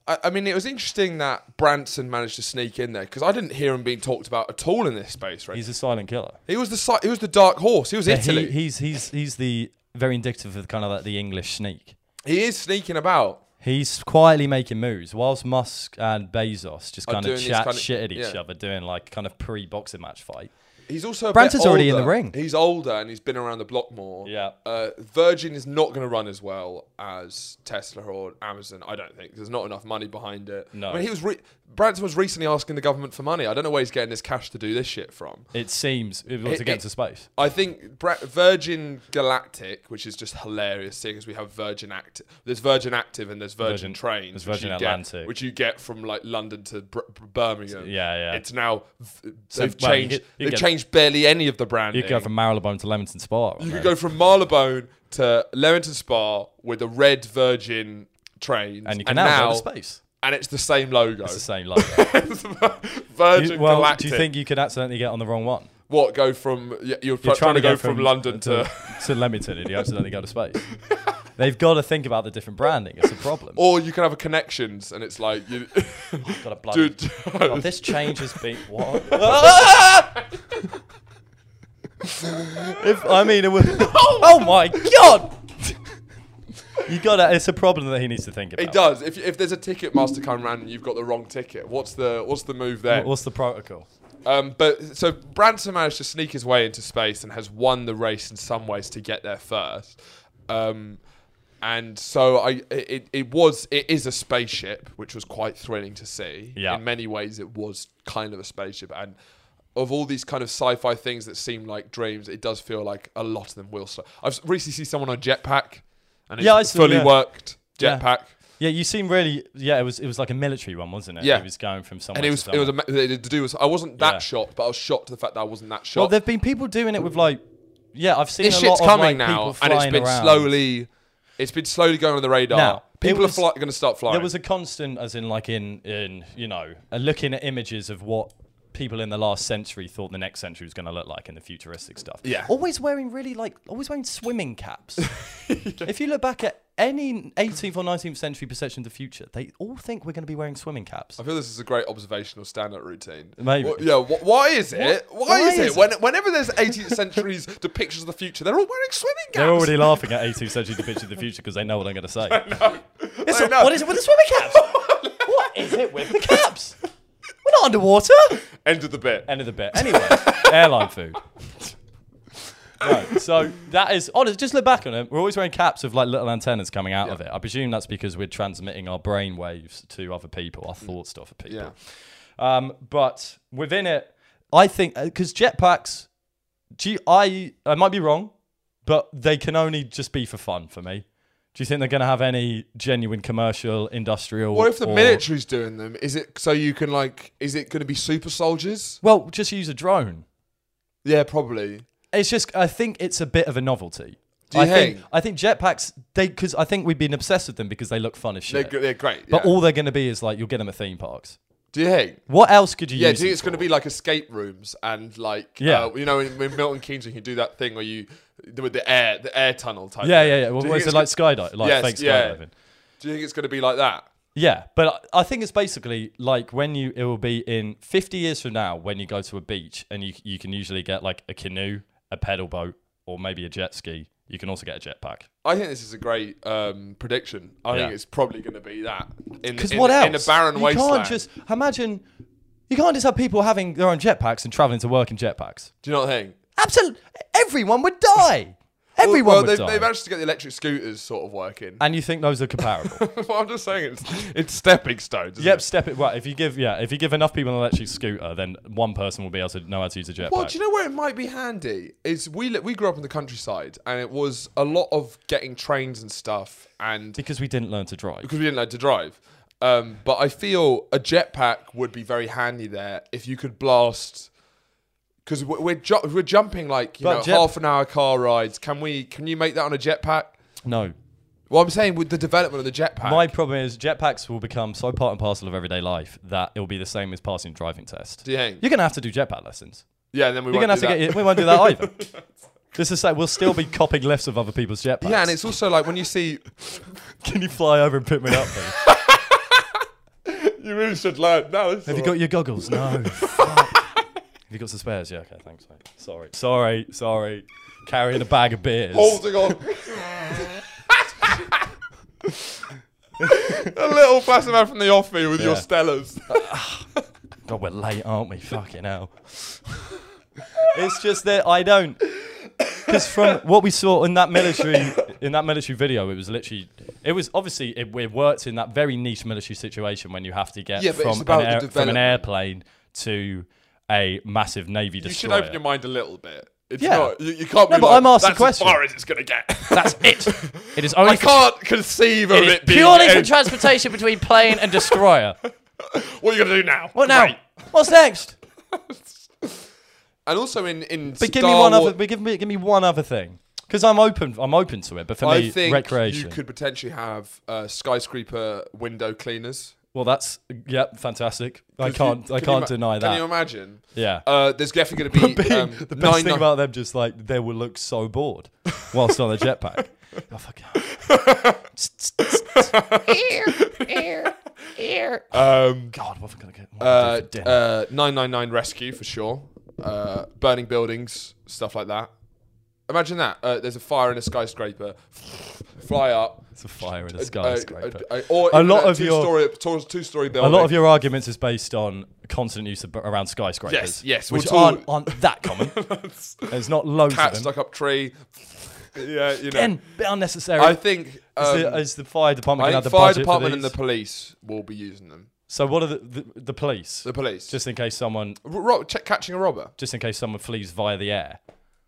S3: I, I mean, it was interesting that Branson managed to sneak in there because I didn't hear him being talked about at all in this space race.
S2: He's a silent killer.
S3: he was the si- he was the dark horse. He was
S2: Yeah,
S3: Italy.
S2: he, he's he's he's the very indicative of kind of like the English sneak.
S3: he is sneaking about.
S2: He's quietly making moves, whilst Musk and Bezos just
S3: Are
S2: kind
S3: doing
S2: of
S3: these
S2: chat
S3: kind of-
S2: shit at each
S3: yeah.
S2: other, doing like kind of pre-boxing match fight.
S3: He's also a
S2: Branson's
S3: bit
S2: already in the
S3: older.
S2: ring.
S3: He's older and he's been around the block more.
S2: Yeah.
S3: Uh, Virgin is not going to run as well as Tesla or Amazon. I don't think there's not enough money behind it.
S2: No.
S3: I mean, he was re- Branson was recently asking the government for money. I don't know where he's getting this cash to do this shit from.
S2: It seems it was
S3: It-
S2: against
S3: it-
S2: the space.
S3: I think Bra- Virgin Galactic, which is just hilarious, seeing as we have Virgin Active. There's Virgin Active and there's
S2: Virgin-
S3: Virgin, Trains,
S2: there's
S3: which
S2: Virgin
S3: you
S2: Atlantic.
S3: get, which you get from like London to Br- Br- Birmingham.
S2: Yeah, yeah.
S3: It's now v-
S2: So,
S3: they've
S2: well, you
S3: changed.
S2: get- you
S3: they've
S2: get-
S3: changed barely any of the branding.
S2: You could go from Marylebone to Leamington Spa.
S3: You
S2: right?
S3: could go from Marylebone to Leamington Spa with a red Virgin train,
S2: and you can now go to space.
S3: and it's the same logo.
S2: It's the same logo.
S3: Virgin
S2: You- well,
S3: Galactic.
S2: do you think you could accidentally get on the wrong one?
S3: what go from? y- You're, trying, to go, from, London to,
S2: to Leamington, and you accidentally go to space. They've got to think about the different branding. It's a problem.
S3: or you can have a connections, and it's like you.
S2: Um, got a bloody.
S3: Dude,
S2: God, this change has been what? if I mean it was. Oh my god! you got to It's a problem that he needs to think about.
S3: it does. If, if there's a ticket master come round and you've got the wrong ticket, what's the what's the move there?
S2: What's the protocol?
S3: Um, but so Branson managed to sneak his way into space and has won the race in some ways to get there first. Um, and so I, it, it was, it is a spaceship, which was quite thrilling to see.
S2: Yeah.
S3: In many ways, it was kind of a spaceship. And of all these kind of sci-fi things that seem like dreams, it does feel like a lot of them will. Start. I've recently seen someone on jetpack, and it's
S2: Yeah, I saw-
S3: fully
S2: yeah.
S3: worked
S2: Yeah.
S3: jetpack.
S2: Yeah, you seem really. Yeah, it was. It was like a military one, wasn't it?
S3: Yeah.
S2: It was going from somewhere.
S3: And it was,
S2: to
S3: it was,
S2: somewhere.
S3: ama- the dude was, I wasn't that
S2: Yeah.
S3: shocked, but I was shocked to the fact that I wasn't that shocked.
S2: Well, there've been people doing it with like. Yeah, I've seen
S3: this
S2: a
S3: shit's
S2: lot of like,
S3: coming now,
S2: people
S3: and it's
S2: flying
S3: been
S2: around.
S3: slowly, it's been slowly going on the radar.
S2: Now, it
S3: People
S2: was-
S3: are fly- going to start flying.
S2: There was a constant, as in, like in in you know, uh, looking at images of what people in the last century thought the next century was going to look like in the futuristic stuff.
S3: Yeah.
S2: Always wearing really like always wearing swimming caps. if you look back at any 18th or 19th century perception of the future, they all think we're going to be wearing swimming caps.
S3: I feel this is a great observational stand-up routine.
S2: Maybe.
S3: Wh- yeah. Wh- why is it? Why,
S2: Why is
S3: is, it? When, whenever there's 18th century's depictions of the future, they're all wearing swimming caps.
S2: They're already laughing at 18th century depiction of the future because they know what I'm going to say. It's
S3: I
S2: like,
S3: know.
S2: What is it with the swimming caps? what is it with the caps? We're not underwater.
S3: End of the bit.
S2: End of the bit. Anyway, airline food. Right, so that is honest. Just look back on it. We're always wearing caps with like little antennas coming out of it. I presume that's because we're transmitting our brain waves to other people, our thoughts to other people.
S3: Yeah.
S2: Um, but within it, I think because jetpacks, do you, I I might be wrong, but they can only just be for fun for me. Do you think they're going to have any genuine commercial, industrial?
S3: What if the
S2: or-
S3: military's doing them? Is it so you can like? Is it going to be super soldiers?
S2: Well, just use a drone.
S3: Yeah, probably.
S2: It's just I think it's a bit of a novelty.
S3: Do you
S2: I think,
S3: think?
S2: I think jetpacks they because I think we've been obsessed with them because they look fun as
S3: They're,
S2: shit.
S3: g- they're great.
S2: But
S3: yeah.
S2: all they're going to be is like you'll get them at theme parks.
S3: do you think?
S2: What else could you
S3: Yeah,
S2: use?
S3: do you
S2: them
S3: think it's going to be like escape rooms and like
S2: Yeah.
S3: uh, you know in, in Milton Keynes you can do that thing where you with the air the air tunnel type.
S2: yeah,
S3: thing.
S2: yeah, yeah. Well,
S3: Do you
S2: what
S3: think
S2: is
S3: it's
S2: it like
S3: go-
S2: skydiving? Like
S3: Yes,
S2: fake
S3: yeah.
S2: skydiving.
S3: Do you think it's going to be like that?
S2: Yeah, but I I think it's basically like when you it will be in 50 years from now when you go to a beach and you you can usually get like a canoe, a pedal boat, or maybe a jet ski. You can also get a jetpack.
S3: I think this is a great um, prediction. I think
S2: Yeah.
S3: it's probably going to be that. In,
S2: Because
S3: in-
S2: what else?
S3: In a barren
S2: you
S3: wasteland.
S2: can't just imagine. You can't just have people having their own jetpacks and traveling to work in jetpacks.
S3: Do you not think?
S2: Absolutely, everyone would die. Everyone
S3: well,
S2: would
S3: they've,
S2: die.
S3: they've managed to get the electric scooters sort of working.
S2: and you think those are comparable?
S3: well, I'm just saying it's it's stepping stones. isn't
S2: yep,
S3: it?
S2: step it right. If you give yeah, if you give enough people an electric scooter, then one person will be able to know how to use a jetpack.
S3: Well, do you know where it might be handy? Is we li- we grew up in the countryside, and it was a lot of getting trains and stuff, and
S2: because we didn't learn to drive.
S3: because we didn't like to drive. Um, but I feel a jetpack would be very handy there if you could blast. Because we're we're, ju- we're jumping like you
S2: But
S3: know
S2: jet-
S3: half an hour car rides. Can we? Can you make that on a jetpack?
S2: No,
S3: Well, I'm saying with the development of the jetpack.
S2: My problem is jetpacks will become so part and parcel of everyday life that it'll be the same as passing a driving test.
S3: do you think?
S2: You're gonna have to do jetpack lessons.
S3: yeah, and then we
S2: You're
S3: won't
S2: gonna have
S3: do
S2: to
S3: that.
S2: get. your- We won't do that either. This is like we'll still be copying lifts of other people's jetpacks.
S3: Yeah, and it's also like when you see.
S2: can you fly over and pick me up? Please?
S3: you really should learn. No,
S2: Have you got your goggles? No. Fuck. Have you got some spares? Yeah. Okay. Thanks. Mate. Sorry. Sorry. Sorry. Carrying a bag of beers.
S3: holding on. a little plastic man from the offie with your
S2: Yeah.
S3: Stellas.
S2: God, we're late, aren't we? Fucking hell. it's just that I don't. Because from what we saw in that military in that military video, it was literally it was obviously it, it worked in that very niche military situation when you have to get
S3: Yeah, but it's
S2: from,
S3: about
S2: an
S3: the
S2: air, from an
S3: development.
S2: airplane to a massive navy
S3: You should
S2: destroyer.
S3: open your mind a little bit. It's
S2: Yeah.
S3: not. You, you can't
S2: No,
S3: be
S2: but
S3: like,
S2: I'm asked a
S3: That's
S2: question.
S3: as far as it's going to get.
S2: That's it. It is
S3: I
S2: only for-
S3: can't conceive of
S2: it
S3: it,
S2: is
S3: being
S2: purely for
S3: any-
S2: transportation between plane and destroyer.
S3: What are you going to do now?
S2: What now?
S3: Great.
S2: What's next?
S3: And also in in
S2: But give me
S3: Star
S2: one
S3: Wa-
S2: other. But give me give me one other thing. Because I'm open. I'm open to it. But for
S3: I
S2: me,
S3: think
S2: recreation.
S3: you could potentially have uh, skyscraper window cleaners.
S2: Well, that's yep, fantastic. I
S3: 'Cause
S2: can't,
S3: you-
S2: I
S3: can you
S2: can't
S3: ima-
S2: deny
S3: Can you
S2: that.
S3: imagine?
S2: Yeah.
S3: Uh, there's definitely going to be
S2: Being-
S3: um,
S2: the best
S3: nine,
S2: thing about them, just like they will look so bored whilst on a jetpack. Oh, fuck.
S3: um,
S2: God, what am I gonna get? What am I gonna
S3: uh,
S2: do for dinner?
S3: uh, 999 rescue for sure. Uh, burning buildings, stuff like that. Imagine that. Uh, there's a fire in a skyscraper. Fly up.
S2: it's a fire in
S3: Uh,
S2: a skyscraper.
S3: uh, uh, or
S2: A
S3: even
S2: lot
S3: a
S2: of your-
S3: two-story, story two story
S2: a
S3: building.
S2: lot of your arguments is based on constant use of, around skyscrapers.
S3: Yes, yes,
S2: which
S3: we'll
S2: aren't,
S3: talk-
S2: aren't that common. There's not loads
S3: cat
S2: of them.
S3: stuck up tree. yeah, you know.
S2: Again, bit unnecessary.
S3: I think um,
S2: is, the, is the fire department
S3: I
S2: gonna have
S3: think
S2: the
S3: fire
S2: budget for
S3: department and the
S2: these?
S3: police will be using them.
S2: So what are the the, the police?
S3: The police.
S2: just in case someone,
S3: R- ro- check catching a robber.
S2: just in case someone flees via the air.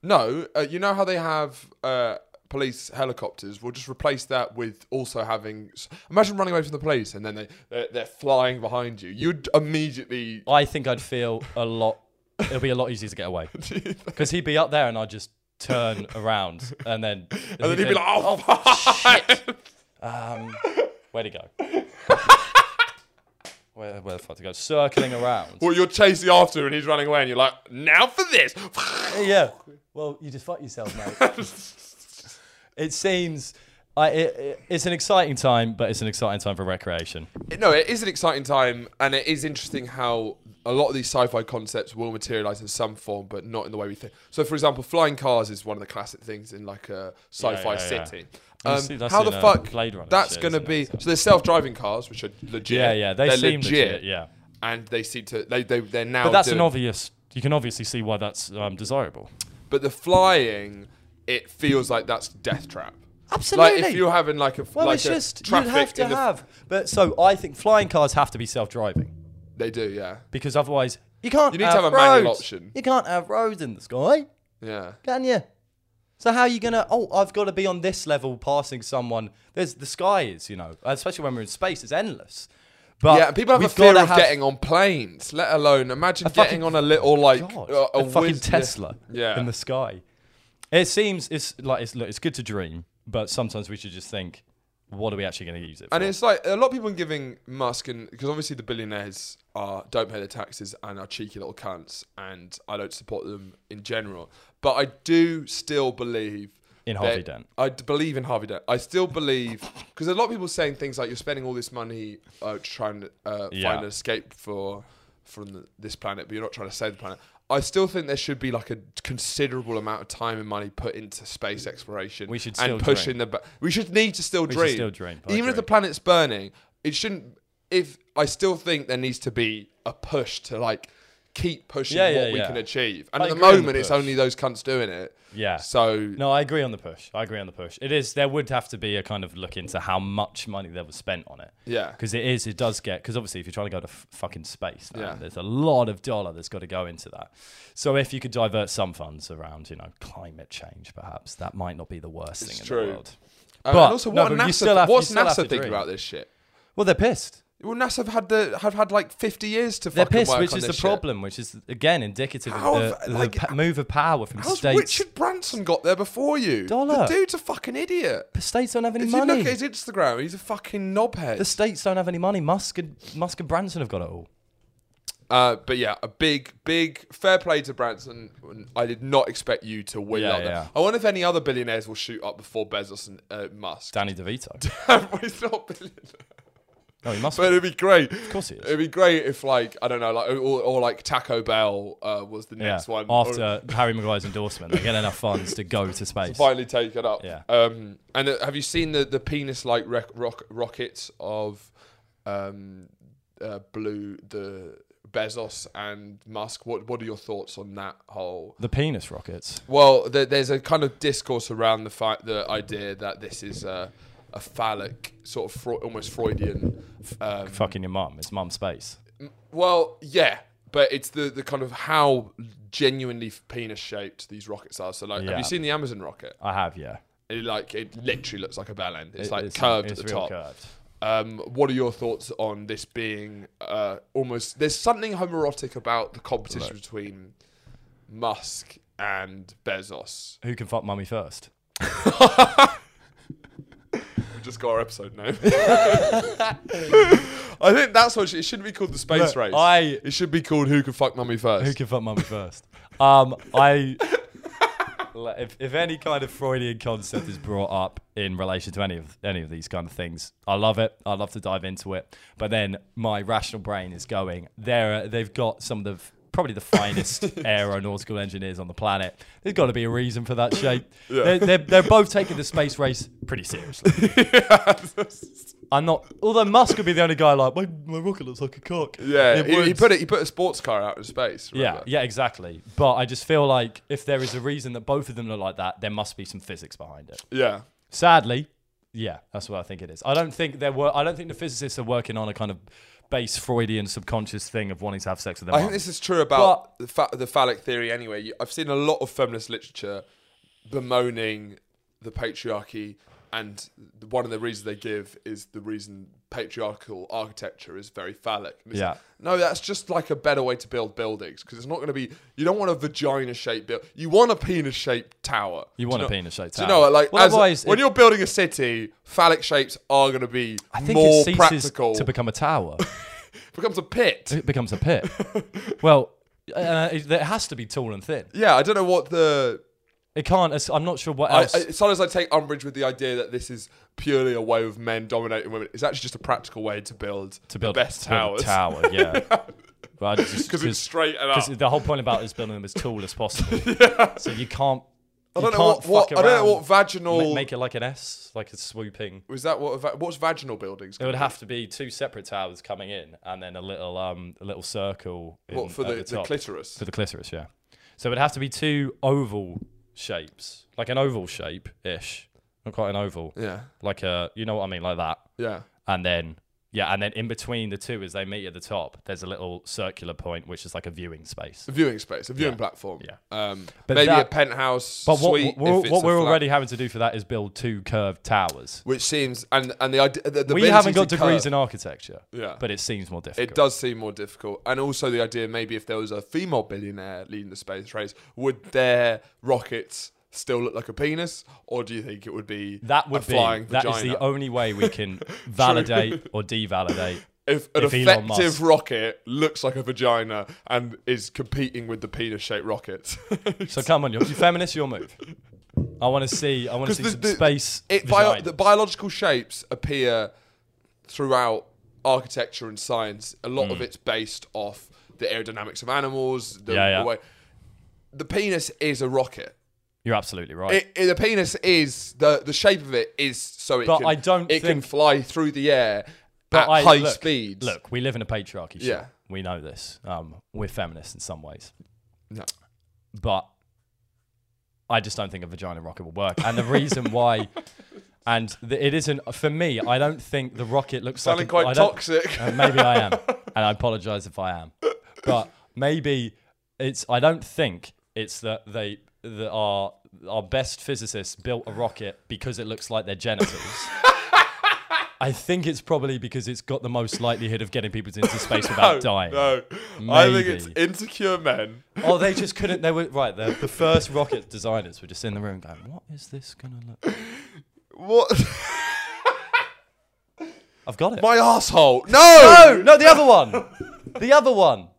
S3: No, uh, you know how they have uh, police helicopters. We'll just replace that with also having. s- Imagine running away from the police and then they they're, they're flying behind you. You'd immediately.
S2: I think I'd feel a lot. It'll be a lot easier to get away because he'd be up there and I'd just turn around and then and
S3: And then he'd be like, "Oh, fuck."
S2: "Where'd he go? where, where the fuck to go? Circling around."
S3: well, you're chasing after him and he's running away, and you're like, "Now for this!"
S2: yeah. Well, you just fuck yourself, mate. it seems. I, it, it- it's an exciting time, but it's an exciting time for recreation.
S3: no, it is an exciting time, and it is interesting how a lot of these sci-fi concepts will materialize in some form, but not in the way we think. So, for example, flying cars is one of the classic things in like a sci-fi
S2: yeah, yeah.
S3: city.
S2: I've
S3: Um,
S2: seen- I've
S3: how
S2: seen,
S3: the
S2: uh,
S3: fuck
S2: Blade Runner
S3: that's
S2: shit,
S3: going to
S2: isn't
S3: be?
S2: it?
S3: So there's self-driving cars, which are legit.
S2: Yeah, yeah, they
S3: They're
S2: seem legit. Yeah,
S3: and they seem to they they they're now.
S2: But that's an
S3: doing-
S2: obvious. You can obviously see why that's um, desirable.
S3: But the flying, it feels like that's death trap.
S4: Absolutely.
S3: Like if you're having like a
S4: well,
S3: like
S4: it's
S3: a
S4: just you
S3: traffic
S4: have to
S3: in the,
S4: have.
S2: But so I think flying cars have to be self-driving
S3: They do, yeah.
S2: because otherwise you can't.
S3: You need to have a manual
S2: roads.
S3: option.
S4: You can't have roads in the sky,
S3: Yeah.
S4: can you?
S2: So how are you gonna? Oh, I've got to be on this level passing someone. There's the sky is you know, especially when we're in space, it's endless. But
S3: yeah, and people have a
S2: we've
S3: fear
S2: gotta
S3: of
S2: have-
S3: getting on planes, let alone imagine
S2: A fucking-
S3: getting on a little like
S2: God,
S3: uh, a,
S2: a fucking
S3: whiz-
S2: Tesla
S3: Yeah.
S2: in the sky. It seems it's like it's look, it's good to dream, but sometimes we should just think, what are we actually going to use it for?
S3: And it's like a lot of people are giving Musk and because obviously the billionaires are don't pay their taxes and are cheeky little cunts, and I don't support them in general. But I do still believe
S2: In
S3: that-
S2: Harvey Dent.
S3: I d- believe in Harvey Dent. I still believe because a lot of people are saying things like you're spending all this money uh, trying to uh,
S2: Yeah.
S3: find an escape for from the, this planet, but you're not trying to save the planet. I still think there should be like a considerable amount of time and money put into space exploration.
S2: We should still
S3: and
S2: dream.
S3: pushing the. Ba- we should need to still
S2: should
S3: dream.
S2: still dream, but I
S3: Even if the
S2: dream.
S3: planet's burning, it shouldn't. If I still think there needs to be a push to like keep pushing
S2: Yeah, yeah,
S3: what we
S2: yeah.
S3: can achieve, and
S2: I
S3: at the
S2: agree on the
S3: moment it's
S2: push.
S3: only those cunts doing it.
S2: Yeah.
S3: So
S2: no, I agree on the push. I agree on the push. It is there would have to be a kind of look into how much money there was spent on it.
S3: Yeah.
S2: because it is it does get because obviously if you're trying to go to f- fucking space, man,
S3: Yeah.
S2: there's a lot of dollar that's got to go into that. So if you could divert some funds around, you know, climate change, perhaps that might not be the worst
S3: It's
S2: thing in
S3: true.
S2: the world.
S3: Um,
S2: But-
S3: and also,
S2: no,
S3: what
S2: but you
S3: NASA,
S2: still have- you
S3: what's
S2: still have
S3: NASA
S2: to
S3: thinking
S2: dream.
S3: about this shit?
S2: Well, they're pissed.
S3: Well, NASA have had the have had like fifty years to
S2: They're
S3: fucking
S2: pissed,
S3: work
S2: which
S3: on
S2: is the
S3: this shit.
S2: problem, which is again indicative
S3: How
S2: of
S3: have-
S2: the, the
S3: like,
S2: pa- move of power from
S3: How's
S2: states.
S3: Richard Branson got there before you?
S2: Dollar.
S3: The dude's a fucking idiot.
S2: The states don't have any
S3: If you
S2: money.
S3: look at his Instagram, he's a fucking knobhead.
S2: the states don't have any money. Musk and Musk and Branson have got it all.
S3: Uh, but yeah, a big, big fair play to Branson. I did not expect you to win
S2: Yeah,
S3: like that.
S2: yeah.
S3: I wonder if any other billionaires will shoot up before Bezos and uh, Musk.
S2: Danny DeVito.
S3: He's not billionaire.
S2: No, he must.
S3: But it'd be great. Of
S2: course he is.
S3: It'd be great if, like, I don't know, like, or, or like Taco Bell uh, was the
S2: yeah.
S3: next one. or-
S2: After Harry Maguire's endorsement, they get enough funds to go to space.
S3: finally take it up.
S2: Yeah.
S3: Um, and uh, have you seen the the penis like rec- rock- rockets of um, uh, blue the Bezos and Musk? What what are your thoughts on that whole?
S2: The penis rockets.
S3: Well, there, there's a kind of discourse around the fact the idea that this is a, a phallic sort of Fro- almost Freudian. Um,
S2: Fucking your mum. It's mum space.
S3: well, yeah, but it's the the kind of how genuinely penis shaped these rockets are. So, like, have
S2: Yeah.
S3: you seen the Amazon rocket?
S2: I have, yeah.
S3: It, like, it literally looks like a bell end. It's
S2: It-
S3: like curved
S2: it's
S3: at the
S2: real
S3: top.
S2: Curved.
S3: Um, what are your thoughts on this being uh, almost? There's something homoerotic about the competition between Musk and Bezos.
S2: Who can fuck mummy first?
S3: We just got our episode name. I think that's what it should- it shouldn't be called. The space
S2: Look,
S3: race.
S2: I-
S3: it should be called Who Can Fuck Mummy First.
S2: Who can fuck mummy first? Um, I. Like, If, if any kind of Freudian concept is brought up in relation to any of any of these kind of things, I love it. I love to dive into it. But then my rational brain is going there. They've got some of the f- probably the finest aeronautical engineers on the planet. There's got to be a reason for that shape. They're, they're, they're both taking the space race pretty seriously. I'm not. Although Musk would be the only guy like my, my rocket looks like a cock.
S3: yeah,
S2: It
S3: he, he
S2: would.
S3: put it. He put a sports car out in space.
S2: Yeah,
S3: remember?
S2: yeah, exactly. But I just feel like if there is a reason that both of them look like that, there must be some physics behind it.
S3: yeah.
S2: Sadly, yeah, that's what I think it is. I don't think there were. I don't think the physicists are working on a kind of base Freudian subconscious thing of wanting to have sex with their
S3: I
S2: mum.
S3: think this is true about the, fa- the phallic theory anyway. You, I've seen a lot of feminist literature bemoaning the patriarchy, and the- one of the reasons they give is the reason patriarchal architecture is very phallic. And it's
S2: Yeah.
S3: like, No, that's just like a better way to build buildings because it's not going to be. You don't want a vagina shaped build. You want a penis shaped tower.
S2: You
S3: Do
S2: want a
S3: know-
S2: penis-shaped
S3: do You
S2: tower.
S3: know, what, like
S2: Well,
S3: as a-
S2: otherwise
S3: when
S2: it-
S3: you're building a city, phallic shapes are going to be
S2: I think
S3: more
S2: it ceases
S3: practical.
S2: to become a tower.
S3: becomes a pit.
S2: it becomes a pit. well, uh, it, it has to be tall and thin.
S3: Yeah, I don't know what the
S2: It can't. it's- I'm not sure what
S3: I,
S2: else.
S3: I, sometimes I take umbrage with the idea that this is purely a way of men dominating women. It's actually just a practical way to build
S2: to build
S3: the best
S2: to build
S3: towers.
S2: a tower, yeah. But I just-
S3: Because it's straight and up.
S2: Because the whole point about it is building them as tall as possible. So you can't.
S3: I don't
S2: You
S3: know what,
S2: can't
S3: what
S2: fuck
S3: I don't know
S2: around.
S3: what vaginal
S2: Ma- make it like an S, like a swooping.
S3: was that. What a va- what's vaginal buildings?
S2: It would have to be two separate towers coming in, and then a little um a little circle. In,
S3: What for
S2: at
S3: the,
S2: the,
S3: the
S2: top.
S3: clitoris?
S2: for the clitoris? Yeah. So it'd have to be two oval shapes, like an oval shape ish, not quite an oval,
S3: yeah,
S2: like a you know what I mean, like that.
S3: yeah.
S2: And then yeah, and then in between the two, as they meet at the top, there's a little circular point which is like a viewing space.
S3: A viewing space, a viewing platform.
S2: Yeah.
S3: Um,
S2: But
S3: maybe a
S2: that-
S3: penthouse
S2: But what,
S3: suite.
S2: what we're,
S3: if it's
S2: what
S3: a
S2: we're
S3: flat,
S2: already having to do for that is build two curved towers.
S3: which seems and and the idea the, the
S2: we haven't got
S3: ability to
S2: degrees in
S3: curve-
S2: architecture,
S3: Yeah.
S2: but it seems more difficult.
S3: It does seem more difficult. And also the idea maybe if there was a female billionaire leading the space race, would their rockets still look like a penis? Or do you think it would be
S2: That
S3: a
S2: would be
S3: flying
S2: that is
S3: vagina?
S2: the only way we can validate or devalidate.
S3: if an
S2: if Elon
S3: effective
S2: Musk-
S3: rocket looks like a vagina and is competing with the penis shaped rockets.
S2: So come on, you're, you feminist, your move. I want to see. I want to
S3: 'Cause
S2: see
S3: the-
S2: some
S3: the-
S2: space.
S3: it bio-
S2: vaginas.
S3: the biological shapes appear throughout architecture and science. A lot of
S2: Mm.
S3: it's based off the aerodynamics of animals, the,
S2: Yeah, yeah.
S3: the way the penis is a rocket.
S2: you're absolutely right.
S3: it, it- the penis is the the shape of it is so it
S2: But
S3: can,
S2: I don't
S3: it can
S2: think-
S3: fly through the air
S2: But
S3: at
S2: I-
S3: high
S2: look,
S3: speeds.
S2: Look, we live in a patriarchy. Yeah,
S3: Yeah.
S2: we know this. Um, we're feminists in some ways.
S3: No.
S2: but I just don't think a vagina rocket will work. And the reason why, and th it isn't for me. I don't think the rocket looks
S3: sounding
S2: like a- I
S3: quite
S2: don't-
S3: toxic.
S2: Uh, maybe I am, and I apologize if I am. But maybe it's. I don't think it's that they that our our best physicists built a rocket because it looks like their genitals. I think it's probably because it's got the most likelihood of getting people into space without dying.
S3: No, I think it's
S2: Maybe.
S3: insecure men.
S2: Oh, they just couldn't. They were right. The, the first rocket designers were just in the room going, "What is this gonna look?"
S3: What
S2: I've got it.
S3: my asshole? No,
S2: no, no, the other one, the other one.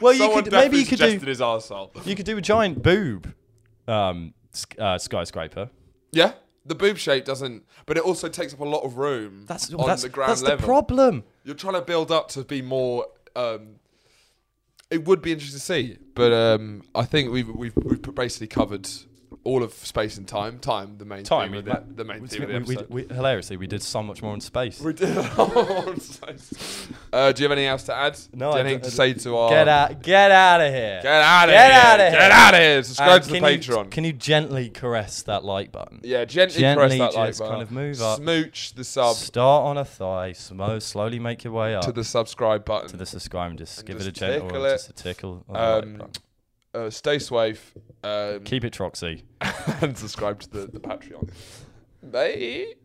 S2: Well, you
S3: Someone
S2: could maybe you could do.
S3: suggested his asshole.
S2: You could do a giant boob um, sk- uh, skyscraper.
S3: Yeah, the boob shape doesn't, but it also takes up a lot of room
S2: That's
S3: on
S2: that's,
S3: the ground
S2: that's
S3: level.
S2: the problem.
S3: You're trying to build up to be more. Um, it would be interesting to see, but um, I think we've we've we've basically covered all of space and time. Time, the main
S2: Time.
S3: theme
S2: we-
S3: of the, the main
S2: we-
S3: theme of the
S2: we- we-
S3: episode.
S2: we- hilariously, we did so much more in space.
S3: We did. on space. uh, do you have anything else to add?
S2: No,
S3: do you
S2: I
S3: have anything
S2: don't-
S3: to say to our
S2: get out! Get out of here!
S3: Oh. Get out of
S2: Get
S3: here!
S2: outta here.
S3: Get out of here! Subscribe
S2: And
S3: to the
S2: can you-
S3: Patreon.
S2: can you gently caress that like button?
S3: yeah, gently, press
S2: Gently
S3: that like
S2: just
S3: button.
S2: kind of move up.
S3: Smooch the sub
S2: Start on a thigh, smo- slowly make your way up
S3: to the subscribe button.
S2: to the subscribe, and just give it a
S3: just
S2: gentle,
S3: tickle
S2: or
S3: it.
S2: just a tickle. on the like
S3: Um,
S2: button.
S3: uh, stay safe. Um,
S2: Keep it troxy.
S3: and subscribe to the, the Patreon. Bye.